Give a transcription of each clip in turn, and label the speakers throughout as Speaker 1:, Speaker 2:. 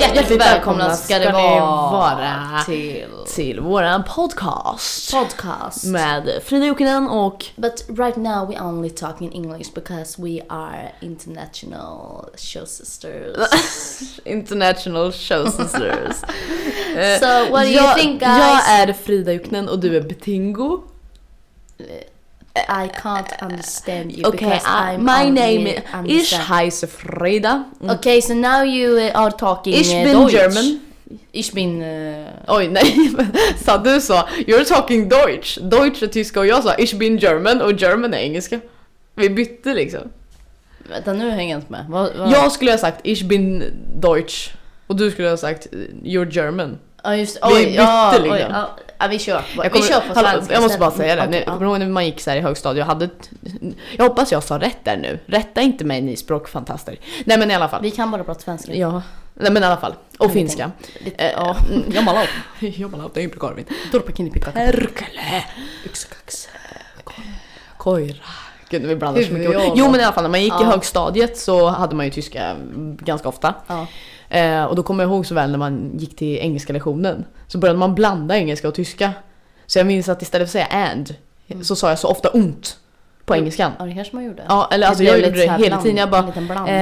Speaker 1: Hjärtligt välkomna ska det
Speaker 2: ni
Speaker 1: vara
Speaker 2: till
Speaker 1: till våran podcast.
Speaker 2: podcast.
Speaker 1: Med Frida Jokinen och
Speaker 2: But right now we only talk in English because we are international show sisters.
Speaker 1: International Show Sisters. Eh,
Speaker 2: So, what do you
Speaker 1: jag,
Speaker 2: think, guys?
Speaker 1: Jag är Frida Jokinen och du är Betingo.
Speaker 2: I can't understand you
Speaker 1: Okej,
Speaker 2: because
Speaker 1: okay,
Speaker 2: I'm
Speaker 1: uh, my
Speaker 2: only
Speaker 1: name is
Speaker 2: understand-
Speaker 1: Heise Frida. Mm.
Speaker 2: Okay, so now you uh, are talking
Speaker 1: Ich
Speaker 2: uh,
Speaker 1: bin
Speaker 2: Deutsch.
Speaker 1: German.
Speaker 2: Ich bin... Uh,
Speaker 1: Oj nej, sa du så? You're talking Deutsch. Deutsch är tyska och jag sa ich bin German och German är engelska. Vi bytte liksom.
Speaker 2: vänta, nu hänger jag inte med. Vad, vad?
Speaker 1: Jag skulle ha sagt ich bin Deutsch och du skulle ha sagt you're German.
Speaker 2: Ja, just,
Speaker 1: Vi
Speaker 2: oj,
Speaker 1: bytte
Speaker 2: ja,
Speaker 1: liksom.
Speaker 2: oj, ja, ja, vi kör. på-
Speaker 1: Jag, kommer-
Speaker 2: vi kör på
Speaker 1: hallå,
Speaker 2: svenska
Speaker 1: jag måste
Speaker 2: istället.
Speaker 1: bara säga det.
Speaker 2: Okej,
Speaker 1: Okay,
Speaker 2: ja.
Speaker 1: Kommer du ihåg när man gick så här i högstadiet? Jag, hade ett, jag hoppas jag sa rätt där nu. Rätta inte mig ni språkfantaster. Nej men i alla fall.
Speaker 2: Vi kan bara prata svenska.
Speaker 1: Ja. Nej men i alla fall. Och finska.
Speaker 2: Lite-
Speaker 1: Eh,
Speaker 2: Ja, jobba långt.
Speaker 1: Jag bara det är ju korvin.
Speaker 2: Torpa kinnipikka.
Speaker 1: Perkele.
Speaker 2: Yksikax.
Speaker 1: Koira. Gud vi blandar så mycket ord.
Speaker 2: Huvudjala.
Speaker 1: Jo men i alla fall när man gick i
Speaker 2: Ja.
Speaker 1: högstadiet så hade man ju tyska mm, ganska ofta.
Speaker 2: Ja.
Speaker 1: Eh, och då kommer jag ihåg så väl när man gick till engelska lektionen så började man blanda engelska och tyska. Så jag minns att istället för att säga and
Speaker 2: Mm.
Speaker 1: så sa jag så ofta ont på engelskan.
Speaker 2: Ja, Mm. det kanske man gjorde.
Speaker 1: Ja, eller alltså
Speaker 2: blev
Speaker 1: jag
Speaker 2: lite
Speaker 1: gjorde det
Speaker 2: så här
Speaker 1: hela
Speaker 2: bland-
Speaker 1: tiden. Jag
Speaker 2: en
Speaker 1: bara
Speaker 2: liten blandning.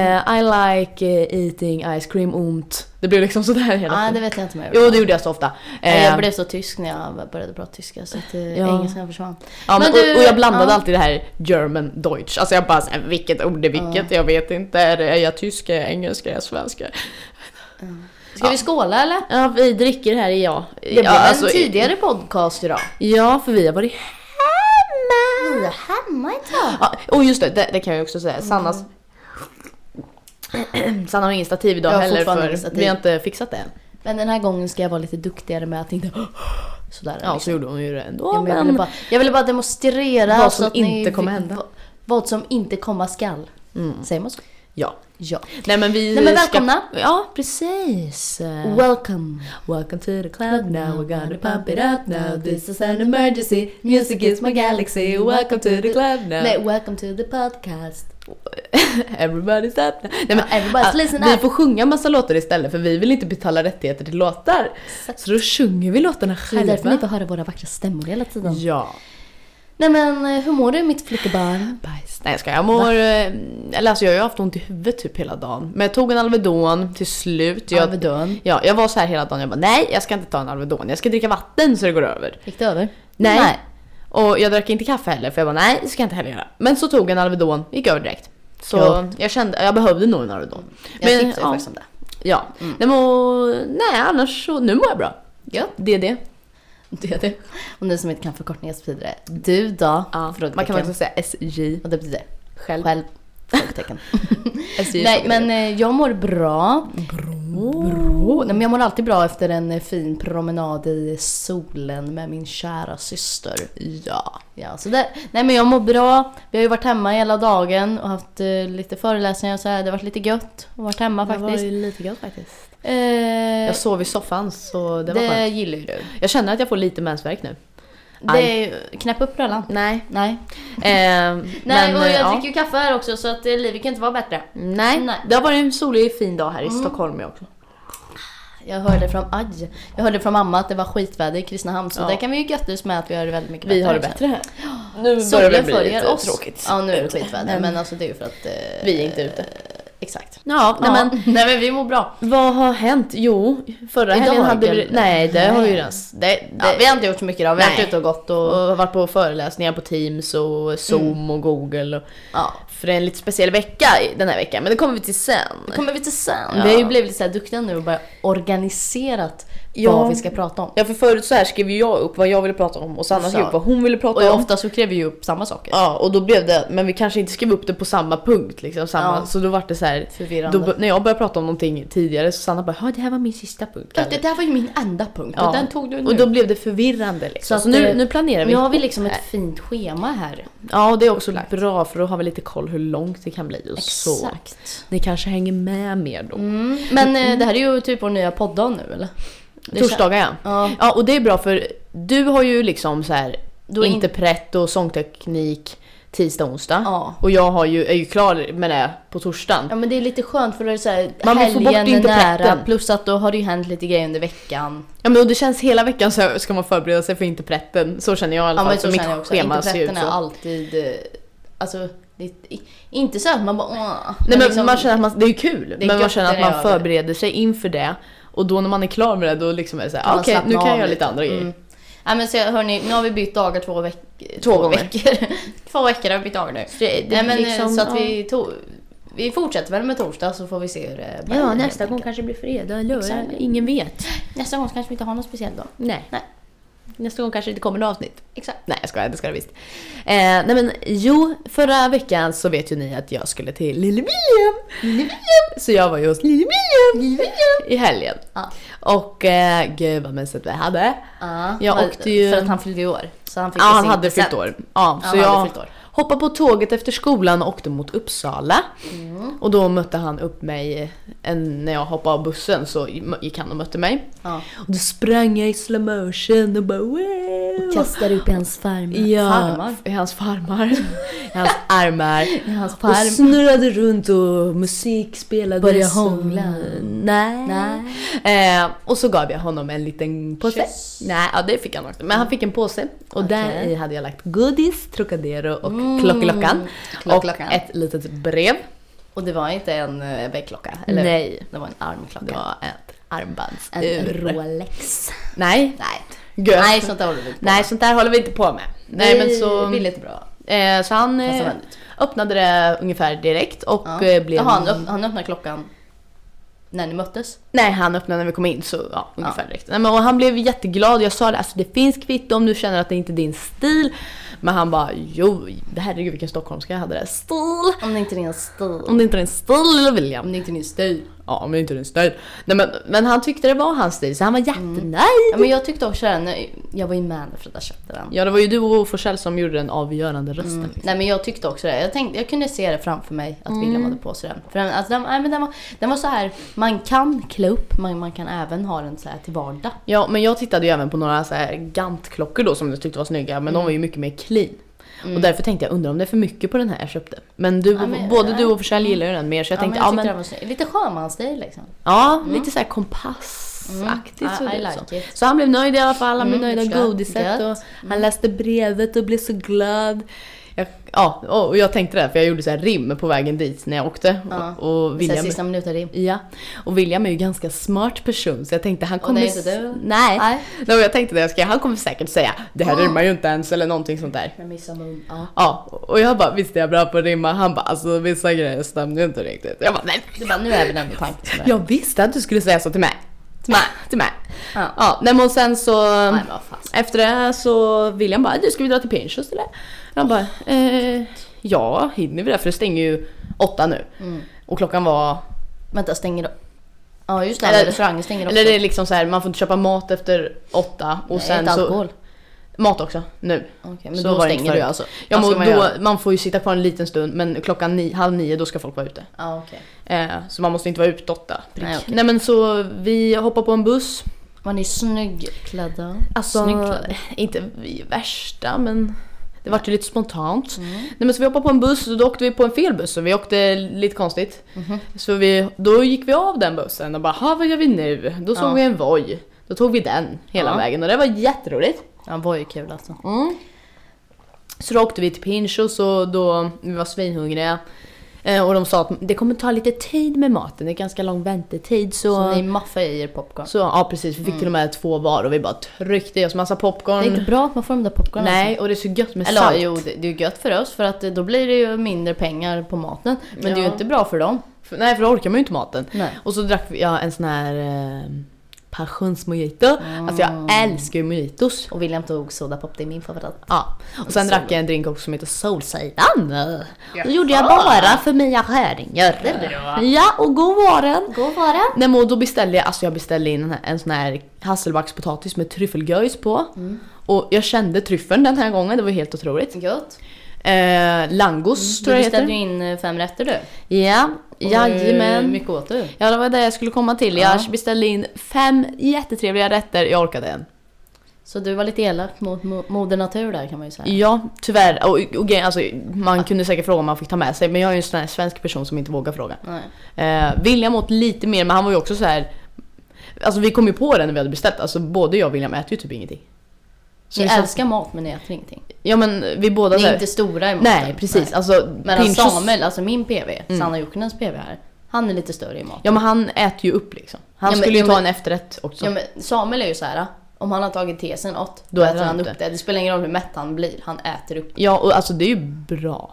Speaker 1: eh, I like eh, eating ice cream ont. Det blev liksom sådär hela
Speaker 2: Nej, det
Speaker 1: tiden.
Speaker 2: vet jag inte om jag
Speaker 1: Jo
Speaker 2: gjorde.
Speaker 1: det gjorde jag så ofta.
Speaker 2: Nej,
Speaker 1: Eh,
Speaker 2: jag blev så tysk när jag började prata tyska så att eh, engelskan försvann.
Speaker 1: ja, men,
Speaker 2: men du-
Speaker 1: och, och jag blandade
Speaker 2: ja.
Speaker 1: alltid det här German Deutsch. Alltså jag bara såhär, vilket ord är vilket? Jag vet inte. Är det- är jag tysk? Är jag engelska? Är jag svenska?
Speaker 2: Ska vi skåla eller?
Speaker 1: Ja vi dricker här alltså i ja.
Speaker 2: Det blev
Speaker 1: ja,
Speaker 2: en tidigare podcast idag.
Speaker 1: Ja, för vi har varit hemma!
Speaker 2: Vi är hemma idag.
Speaker 1: Ja, och just det, det, det kan jag också säga. Sannas... Sanna Mm. har ingen stativ idag
Speaker 2: Jag har
Speaker 1: heller
Speaker 2: fortfarande
Speaker 1: för
Speaker 2: ingen stativ.
Speaker 1: vi har inte fixat det än.
Speaker 2: Men den här gången ska jag vara lite duktigare med att inte sådär.
Speaker 1: Ja,
Speaker 2: liksom.
Speaker 1: så gjorde hon ju det ändå.
Speaker 2: ja, men jag, ville bara, jag ville bara demonstrera
Speaker 1: Vad
Speaker 2: så
Speaker 1: som
Speaker 2: att ni-
Speaker 1: inte kommer hända. Mm.
Speaker 2: Vad, vad som inte komma skall. Säger man så?
Speaker 1: ja.
Speaker 2: Ja.
Speaker 1: Nej men vi
Speaker 2: Nej, men
Speaker 1: ska- Eh.
Speaker 2: välkomna.
Speaker 1: Ja, precis.
Speaker 2: Welcome.
Speaker 1: Welcome to the club now, we're gonna pump it up now. This is an emergency, music is my galaxy. Welcome to the club now.
Speaker 2: Nej, welcome to the podcast.
Speaker 1: Everybody's up now. Nej, men,
Speaker 2: everybody's
Speaker 1: ah,
Speaker 2: listen
Speaker 1: vi
Speaker 2: up.
Speaker 1: får sjunga massa låtar istället för vi vill inte betala rättigheter till låtar.
Speaker 2: Exakt.
Speaker 1: Så då sjunger vi låtarna
Speaker 2: Det är därför
Speaker 1: själva.
Speaker 2: ni får höra våra vackra stämmor hela tiden.
Speaker 1: Ja.
Speaker 2: Nej men eh, hur mår du mitt flickebarn?
Speaker 1: Bajs. Nej jag skojar. Jag mår... eh, Eller alltså jag har ju haft ont i huvudet typ hela dagen. Men jag tog en Alvedon till slut. Jag,
Speaker 2: Alvedon.
Speaker 1: Ja, jag var så här hela dagen. Jag bara nej, jag ska inte ta en Alvedon. Jag ska dricka vatten så det går över.
Speaker 2: Gick det över?
Speaker 1: Nej. Och jag drack inte kaffe heller för jag bara nej, det ska jag inte heller göra. Men så tog jag en Alvedon, gick över direkt. Så
Speaker 2: Gott.
Speaker 1: jag kände, jag behövde nog en Alvedon.
Speaker 2: Jag tipsade ju
Speaker 1: ja,
Speaker 2: faktiskt om det.
Speaker 1: Ja. Nej, men, och, nej annars så, nu mår jag bra.
Speaker 2: Gött.
Speaker 1: Det är det.
Speaker 2: Det är det. Och ni som inte kan förkortningar så betyder det du då?
Speaker 1: Man kan
Speaker 2: Frågetecken.
Speaker 1: också säga SJ.
Speaker 2: Och det betyder
Speaker 1: Själv.
Speaker 2: själv? Frågetecken.
Speaker 1: SJ
Speaker 2: Nej men eh, jag mår bra. Bra. Oh, Nej, men jag mår alltid bra efter en eh, fin promenad i solen med min kära syster.
Speaker 1: Ja.
Speaker 2: Ja, så där. Nej men jag mår bra. Vi har ju varit hemma hela dagen och haft eh, lite föreläsningar och så här. Det har varit lite gött att varit hemma faktiskt.
Speaker 1: lite gött faktiskt.
Speaker 2: Eh,
Speaker 1: Jag sov i soffan så det
Speaker 2: det
Speaker 1: var skönt.
Speaker 2: gillar ju du.
Speaker 1: Jag känner att jag får lite mensvärk nu.
Speaker 2: Det är ju, knäpp upp brallan.
Speaker 1: Nej.
Speaker 2: Nej.
Speaker 1: Ehm,
Speaker 2: Nej,
Speaker 1: men,
Speaker 2: och
Speaker 1: eh,
Speaker 2: jag
Speaker 1: ja.
Speaker 2: dricker ju kaffe här också så att eh, livet kan inte vara bättre.
Speaker 1: Nej.
Speaker 2: Nej.
Speaker 1: det har varit en solig fin dag här i Stockholm också.
Speaker 2: Jag hörde från, aj, jag hörde från mamma att det var skitväder i Kristinehamn så
Speaker 1: Ja.
Speaker 2: där kan vi ju götta oss med att vi har det väldigt mycket
Speaker 1: Vi har det bättre här. Nu börjar det
Speaker 2: Solen
Speaker 1: bli
Speaker 2: följer
Speaker 1: lite
Speaker 2: oss.
Speaker 1: tråkigt.
Speaker 2: Ja nu är det skitväder men alltså det är ju för att... eh,
Speaker 1: Vi är inte ute.
Speaker 2: Exakt.
Speaker 1: Ja, nej,
Speaker 2: Nej,
Speaker 1: Men,
Speaker 2: men, nej men vi mår bra.
Speaker 1: vad har hänt? Jo, förra
Speaker 2: Idag
Speaker 1: helgen hade vi...
Speaker 2: eller?
Speaker 1: Nej, det har ju
Speaker 2: Nej.
Speaker 1: redan... Det, det,
Speaker 2: Ja, vi har inte gjort så mycket idag. Vi har
Speaker 1: Nej. Mm.
Speaker 2: varit ute och gått
Speaker 1: och
Speaker 2: och...
Speaker 1: varit på föreläsningar på Teams och Zoom och Google. Och,
Speaker 2: Ja.
Speaker 1: för det är en lite speciell vecka i- den här veckan, men det kommer vi till sen.
Speaker 2: kommer vi till sen.
Speaker 1: Ja.
Speaker 2: Vi har ju blivit så här duktiga nu och bara organiserat
Speaker 1: Ja.
Speaker 2: vad vi ska prata om.
Speaker 1: Ja för förut så här skrev ju jag upp vad jag ville prata om och Sanna
Speaker 2: Så.
Speaker 1: skrev upp vad hon ville prata
Speaker 2: Och
Speaker 1: om.
Speaker 2: ofta så kräver vi ju upp samma saker.
Speaker 1: Ja och då blev det, men vi kanske inte skrev upp det på samma punkt liksom. Sanna,
Speaker 2: Ja.
Speaker 1: Så då var det så här.
Speaker 2: Förvirrande.
Speaker 1: Då, bör- när jag började prata om någonting tidigare så Sanna bara "Ja, det här var min sista punkt.
Speaker 2: Ja,
Speaker 1: Kalle."
Speaker 2: det där var ju min enda punkt
Speaker 1: Ja.
Speaker 2: och den tog du nu.
Speaker 1: Och då blev det förvirrande liksom. Så,
Speaker 2: att,
Speaker 1: nu,
Speaker 2: eh,
Speaker 1: nu planerar vi.
Speaker 2: Nu har vi liksom
Speaker 1: Nej.
Speaker 2: ett fint schema här.
Speaker 1: Ja och det är också bra för då har vi lite koll hur långt det kan bli och så.
Speaker 2: Exakt.
Speaker 1: Ni kanske hänger med mer då.
Speaker 2: Mm. Men eh, det här är ju typ vår nya podd nu eller? Det kän-
Speaker 1: Torsdagar ja.
Speaker 2: Ja.
Speaker 1: Ja och det är bra för du har ju liksom så här
Speaker 2: Då är
Speaker 1: inte prett och sångteknik.
Speaker 3: tisdag, onsdag.
Speaker 2: Ja.
Speaker 3: Och jag har ju, är ju klar med det på torsdagen.
Speaker 2: Ja men det är lite skönt för det är så här,
Speaker 3: Man vill få bort
Speaker 2: helgen är nära
Speaker 3: interpretten.
Speaker 2: plus att då har det ju hänt lite grejer under veckan.
Speaker 3: Ja men och det känns hela veckan så här ska man förbereda sig för interpretten. Så känner jag i alla
Speaker 2: Ja
Speaker 3: fall.
Speaker 2: men
Speaker 3: så
Speaker 2: så
Speaker 3: mitt
Speaker 2: känner jag också.
Speaker 3: schema ser ut
Speaker 2: Interpretten
Speaker 3: så.
Speaker 2: är alltid, eh, alltså, det, i- inte så att man bara åh,
Speaker 3: Nej men
Speaker 2: liksom-
Speaker 3: man känner att man, det är ju kul,
Speaker 2: är
Speaker 3: men man
Speaker 2: gött
Speaker 3: känner att
Speaker 2: när det
Speaker 3: man
Speaker 2: är över.
Speaker 3: förbereder sig inför det. Och då när man är klar med det då liksom är det såhär,
Speaker 2: man
Speaker 3: okej
Speaker 2: slappnar
Speaker 3: nu kan
Speaker 2: av
Speaker 3: jag göra lite andra grejer.
Speaker 2: Mm. Nej men så hörni, nu har vi bytt dagar två, veck
Speaker 3: Två gånger.
Speaker 2: veckor. två veckor har vi bytt dagar nu.
Speaker 3: det-
Speaker 2: Nej, men, eh,
Speaker 3: liksom,
Speaker 2: så att
Speaker 3: ja.
Speaker 2: vi, to- vi fortsätter väl med torsdag så får vi se hur det bär helt enkelt.
Speaker 3: kanske blir fredag eller
Speaker 2: Exakt.
Speaker 3: ingen vet.
Speaker 2: Nästa gång kanske vi inte har någon speciell dag.
Speaker 3: Nej.
Speaker 2: Nej.
Speaker 3: Nästa gång kanske det kommer något avsnitt.
Speaker 2: Exakt.
Speaker 3: Nej jag skojar, det ska det visst. Eh, nej men jo, förra veckan så vet ju ni att jag skulle till Lille William. Så jag var ju hos Lille William i helgen.
Speaker 2: Ja.
Speaker 3: Och eh, gud vad mysigt vi hade.
Speaker 2: Ja,
Speaker 3: Jag
Speaker 2: men-
Speaker 3: åkte ju-
Speaker 2: För att han fyllde i år. Så han fick
Speaker 3: Ja,
Speaker 2: ju
Speaker 3: han
Speaker 2: sin
Speaker 3: hade
Speaker 2: present.
Speaker 3: fyllt år. Ja,
Speaker 2: Ja,
Speaker 3: så
Speaker 2: han hade
Speaker 3: jag
Speaker 2: fyllt år.
Speaker 3: hoppade på tåget efter skolan och åkte mot Uppsala.
Speaker 2: Mm.
Speaker 3: Och då mötte han upp mig, en, när jag hoppade av bussen så gick han och mötte mig.
Speaker 2: Ja.
Speaker 3: Och då sprang jag i slow motion och bara wow!
Speaker 2: Kastar upp i hans farm.
Speaker 3: Ja,
Speaker 2: farmar.
Speaker 3: i hans farmar. I hans armar.
Speaker 2: I hans
Speaker 3: Och
Speaker 2: farm.
Speaker 3: snurrade runt och musik spelades.
Speaker 2: Började hångla.
Speaker 3: och- Nej. Eh, och så gav jag honom en liten påse.
Speaker 2: Kyss.
Speaker 3: Nej, ja, det fick han också. Men han fick en påse. Och
Speaker 2: Okej. Mm.
Speaker 3: där i hade jag lagt godis, Trocadero och klocklockan.
Speaker 2: Klocklockan.
Speaker 3: Och ett litet brev.
Speaker 2: Och det var inte en eh, väggklocka? Eller?
Speaker 3: Nej.
Speaker 2: Det var en armklocka.
Speaker 3: Det var ett
Speaker 2: en
Speaker 3: armbandsur.
Speaker 2: Rolex.
Speaker 3: Nej.
Speaker 2: Nej.
Speaker 3: Gött.
Speaker 2: Nej, sånt där håller vi inte på
Speaker 3: Nej, sånt där håller vi inte på med. Nej, men så...
Speaker 2: Vi vill inte bra.
Speaker 3: Eh, så han
Speaker 2: Fast det
Speaker 3: eh,
Speaker 2: var nytt.
Speaker 3: öppnade det ungefär direkt och
Speaker 2: Ja.
Speaker 3: eh, blev...
Speaker 2: Jaha, han, öpp- han öppnade klockan när ni möttes.
Speaker 3: Nej, han öppnade när vi kom in så ja, ungefär direkt. Nej, men, och han blev jätteglad. Jag sa det, alltså det finns kvitto om du känner att det inte är din stil. Men han bara, jo, herregud vilken stockholmska jag hade där. Stil!
Speaker 2: Om det inte är din stil.
Speaker 3: Om det inte är din stil lilla William.
Speaker 2: Om det inte är din stil.
Speaker 3: Ja, om det inte är din stil. Nej, men, men han tyckte det var hans stil så
Speaker 2: Mm.
Speaker 3: han var jättenöjd.
Speaker 2: Ja, men jag tyckte också den, jag var ju med när Frida köpte den.
Speaker 3: Ja, det var ju du och Forsell som gjorde den avgörande rösten.
Speaker 2: Mm. Nej men jag tyckte också det. Jag, tänkte, jag kunde se det framför mig att William hade på sig den. För den, alltså, den, nej, men den, var, den var så här, man kan klä upp men man kan även ha den så här till vardag.
Speaker 3: Ja, men jag tittade ju även på några så här Gant-klockor då som jag tyckte var snygga, men
Speaker 2: Mm.
Speaker 3: de var ju mycket mer clean. Och därför tänkte jag, undrar om det är för mycket på den här jag köpte. Men, du,
Speaker 2: Ja, men-
Speaker 3: både du och Forsell gillar ju den mer så jag tänkte,
Speaker 2: ja,
Speaker 3: ja
Speaker 2: men jag
Speaker 3: men,
Speaker 2: tyckte den var snygg. Lite sjömansstil liksom.
Speaker 3: ja, lite så här kompassaktigt.
Speaker 2: Mm. I-
Speaker 3: så, det är
Speaker 2: I like it.
Speaker 3: så. så han blev nöjd i alla fall, han blev
Speaker 2: Mm,
Speaker 3: nöjd av
Speaker 2: förstår.
Speaker 3: godiset
Speaker 2: Gött. Mm.
Speaker 3: och han läste brevet och blev så glad. Jag, ja, och jag tänkte det, här, för jag gjorde så här rim på vägen dit när jag åkte.
Speaker 2: Ja.
Speaker 3: Och, och
Speaker 2: William...
Speaker 3: William,
Speaker 2: Sista minuten rim.
Speaker 3: ja, och William är ju ganska smart person så jag tänkte han kommer...
Speaker 2: det är inte
Speaker 3: s-
Speaker 2: du?
Speaker 3: Nej.
Speaker 2: Nej.
Speaker 3: Nej, men jag tänkte det, jag ska, han kommer säkert säga det här rimmar ju inte ens eller någonting sånt där.
Speaker 2: Men missa mun. Ja.
Speaker 3: Ja, och jag bara visst är jag bra på att rimma? Han bara alltså vissa grejer stämde ju inte riktigt. Jag bara nej.
Speaker 2: Du bara, nu är vi den tanken som är.
Speaker 3: Jag visste att du skulle säga så till mig. Till mig. Till mig.
Speaker 2: Ja.
Speaker 3: Ja, nej men och sen så
Speaker 2: Nej, vad fan.
Speaker 3: efter det så William bara du ska vi dra till Pinchos eller? Han bara eh, ja hinner vi det? För det stänger ju åtta nu. Och klockan var
Speaker 2: Mm. Vänta, stänger de? Ja just det,
Speaker 3: Eller-
Speaker 2: restaurangen stänger också.
Speaker 3: Eller det är liksom så här, man får inte köpa mat efter åtta och
Speaker 2: Nej,
Speaker 3: sen
Speaker 2: inte
Speaker 3: så...
Speaker 2: alkohol.
Speaker 3: Mat också, nu.
Speaker 2: Okej, men
Speaker 3: Så
Speaker 2: då
Speaker 3: var det
Speaker 2: stänger
Speaker 3: inte
Speaker 2: du
Speaker 3: förut.
Speaker 2: alltså?
Speaker 3: Ja,
Speaker 2: Vad
Speaker 3: men
Speaker 2: ska man
Speaker 3: då,
Speaker 2: göra?
Speaker 3: man får ju sitta kvar en liten stund men klockan ni, halv nio då ska folk vara ute.
Speaker 2: Ja okej.
Speaker 3: Eh, så man måste inte vara ute åtta. Prick.
Speaker 2: Nej,
Speaker 3: Nej,
Speaker 2: okej.
Speaker 3: men så vi hoppar på en buss.
Speaker 2: Var ni snyggklädda?
Speaker 3: Alltså,
Speaker 2: Snyggklädda.
Speaker 3: inte vi värsta men det vart ju lite spontant. Nej men så vi hoppade på en buss och då åkte vi på en fel buss så vi åkte lite konstigt.
Speaker 2: Mhm.
Speaker 3: Så vi, då gick vi av den bussen och bara "Ha, vad gör vi nu? Då såg
Speaker 2: Ja.
Speaker 3: vi en Voi. Då tog vi den hela
Speaker 2: Ja.
Speaker 3: vägen och det var jätteroligt.
Speaker 2: Ja, det var ju kul alltså.
Speaker 3: Så då åkte vi till Pinchos och då vi var svinhungriga. Eh, Och de sa att det kommer ta lite tid med maten, det är ganska lång väntetid så...
Speaker 2: Så
Speaker 3: Så,
Speaker 2: ni maffade i er popcorn.
Speaker 3: ja precis, vi fick till och med två var och vi bara tryckte i oss massa
Speaker 2: Det
Speaker 3: popcorn.
Speaker 2: är inte bra att man får de där popcornen
Speaker 3: Nej, och det är så gött med
Speaker 2: Alltså. Eller
Speaker 3: salt.
Speaker 2: ja, jo, det, det är ju gött för oss för att eh, då blir det ju mindre pengar på maten. Men det är ju
Speaker 3: Ja.
Speaker 2: inte bra för dem.
Speaker 3: För, nej, för då orkar man ju inte maten.
Speaker 2: Nej.
Speaker 3: Och så drack jag en sån här eh, passionsmojito.
Speaker 2: Ah.
Speaker 3: Alltså jag älskar ju mojitos.
Speaker 2: Och William tog sodapop, det är min favorit.
Speaker 3: Ja, och sen drack jag en drink också som heter Solsidan. Det gjorde jag bara för Mia Skäringer. Ja, och god var den.
Speaker 2: God var det.
Speaker 3: Nej men och då beställde jag, alltså jag beställde in en- en sån här hasselbackspotatis med tryffelgöjs på.
Speaker 2: Mm.
Speaker 3: Och jag kände tryffeln den här gången, det var helt otroligt.
Speaker 2: Gött.
Speaker 3: Eh, langos
Speaker 2: Mm. Du
Speaker 3: tror jag heter.
Speaker 2: beställde ju in eh, fem rätter du.
Speaker 3: Ja,
Speaker 2: Och
Speaker 3: jajamän.
Speaker 2: Hur mycket åt du?
Speaker 3: Ja, det var det jag skulle komma till. Jag
Speaker 2: Ja.
Speaker 3: beställde in fem jättetrevliga rätter, jag orkade en.
Speaker 2: Så du var lite elak mot mo- moder natur där kan man ju säga.
Speaker 3: Ja, tyvärr. Och, och, grejen- alltså, man kunde säkert fråga om man fick ta med sig, men jag är ju en sån här svensk person som inte vågar fråga.
Speaker 2: Nej.
Speaker 3: Eh, William åt lite mer, men han var ju också så här. Alltså vi kom ju på det när vi hade beställt, alltså både jag och William äter ju typ ingenting. Så
Speaker 2: Ni
Speaker 3: vi satt-
Speaker 2: älskar mat men ni äter ingenting.
Speaker 3: Ja men vi båda
Speaker 2: Ni
Speaker 3: så
Speaker 2: är
Speaker 3: här-
Speaker 2: inte stora i maten.
Speaker 3: Nej precis, alltså
Speaker 2: Medan
Speaker 3: Pinchos-
Speaker 2: Samuel, alltså min PV, Sanna Joknens PV här, han är lite större i maten.
Speaker 3: Ja men han äter ju upp liksom. Han
Speaker 2: Ja, men-
Speaker 3: skulle ju
Speaker 2: ja,
Speaker 3: ta
Speaker 2: men-
Speaker 3: en efterrätt också.
Speaker 2: Ja, men Samuel är ju så här. om han har tagit tesen åt,
Speaker 3: Då äter han
Speaker 2: upp
Speaker 3: inte.
Speaker 2: det. Det spelar ingen roll hur mätt han blir, han äter upp det.
Speaker 3: Ja, och alltså det är ju bra.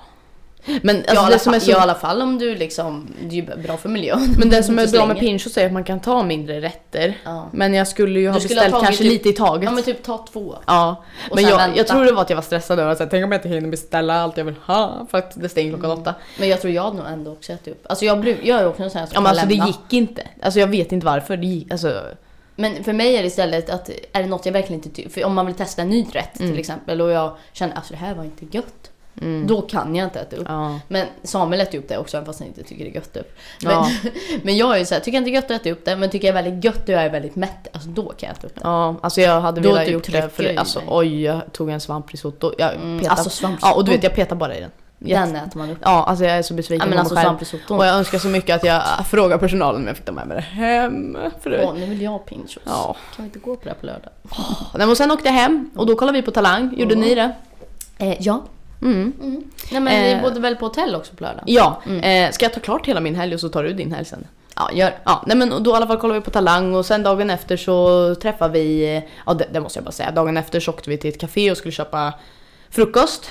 Speaker 3: Men alltså,
Speaker 2: ja, i alla
Speaker 3: det som är
Speaker 2: fall-
Speaker 3: så...
Speaker 2: ja, i alla fall om du liksom, det är ju bra för miljön.
Speaker 3: men det som
Speaker 2: Inte
Speaker 3: är bra
Speaker 2: slänger.
Speaker 3: med Pinchos är att man kan ta mindre rätter.
Speaker 2: Ja.
Speaker 3: Men jag skulle ju ha
Speaker 2: Du skulle ha
Speaker 3: beställt
Speaker 2: tagit
Speaker 3: kanske
Speaker 2: typ-
Speaker 3: lite i taget.
Speaker 2: Ja men typ ta två.
Speaker 3: Ja,
Speaker 2: Och
Speaker 3: men
Speaker 2: sen
Speaker 3: jag,
Speaker 2: vänta.
Speaker 3: jag tror det var att jag var stressad över att säga, tänk om jag inte hinner beställa allt jag vill ha för att det stänger klockan åtta.
Speaker 2: Men jag tror jag hade nog ändå också ätit upp. Alltså jag, bru- jag är också en sån här som
Speaker 3: Ja, men
Speaker 2: kan
Speaker 3: alltså det
Speaker 2: lämna.
Speaker 3: gick inte. Alltså jag vet inte varför. Det gick, alltså,
Speaker 2: Men för mig är det istället att är det något jag verkligen inte tycker, för om man vill testa en ny rätt
Speaker 3: Mm.
Speaker 2: till exempel och jag känner alltså det här var inte gött. Då kan jag inte äta upp.
Speaker 3: ja.
Speaker 2: Men Samuel äter ju upp det också även fast han inte tycker det är gött typ. upp. Men,
Speaker 3: Ja.
Speaker 2: men jag är ju såhär, tycker jag inte det är gött att äta upp det men tycker jag är väldigt gött och jag är väldigt mätt, alltså då kan jag äta upp det.
Speaker 3: ja, alltså jag hade
Speaker 2: Då
Speaker 3: velat
Speaker 2: typ
Speaker 3: gjort det
Speaker 2: trycker du
Speaker 3: för
Speaker 2: i
Speaker 3: alltså
Speaker 2: dig.
Speaker 3: oj, jag tog en svamprisotto. Jag petade-
Speaker 2: alltså svamprisotto.
Speaker 3: Ja, och du vet jag petar bara i den. Jätte-
Speaker 2: Den äter man upp.
Speaker 3: Ja, alltså jag är så besviken
Speaker 2: Ja, men
Speaker 3: på
Speaker 2: alltså
Speaker 3: mig själv.
Speaker 2: svamprisotton.
Speaker 3: Och jag önskar så mycket att jag frågar personalen om jag fick ta med mig det hem. För det.
Speaker 2: Åh, nu vill jag ha pinchos.
Speaker 3: Ja.
Speaker 2: Kan vi inte gå på det här på lördag?
Speaker 3: Nej, men sen åkte jag hem och då kollade vi på Talang. Gjorde
Speaker 2: Mm.
Speaker 3: ni det?
Speaker 2: Eh, ja.
Speaker 3: Mm.
Speaker 2: Nej men vi
Speaker 3: Eh.
Speaker 2: bodde väl på hotell också på lördag?
Speaker 3: Ja, eh, ska jag ta klart hela min helg och så tar du din helg sen? Ja, gör ja, nej men och då i alla fall kollade vi på Talang och sen dagen efter så träffade vi, ja det, det måste jag bara säga, dagen efter så åkte vi till ett café och skulle köpa frukost.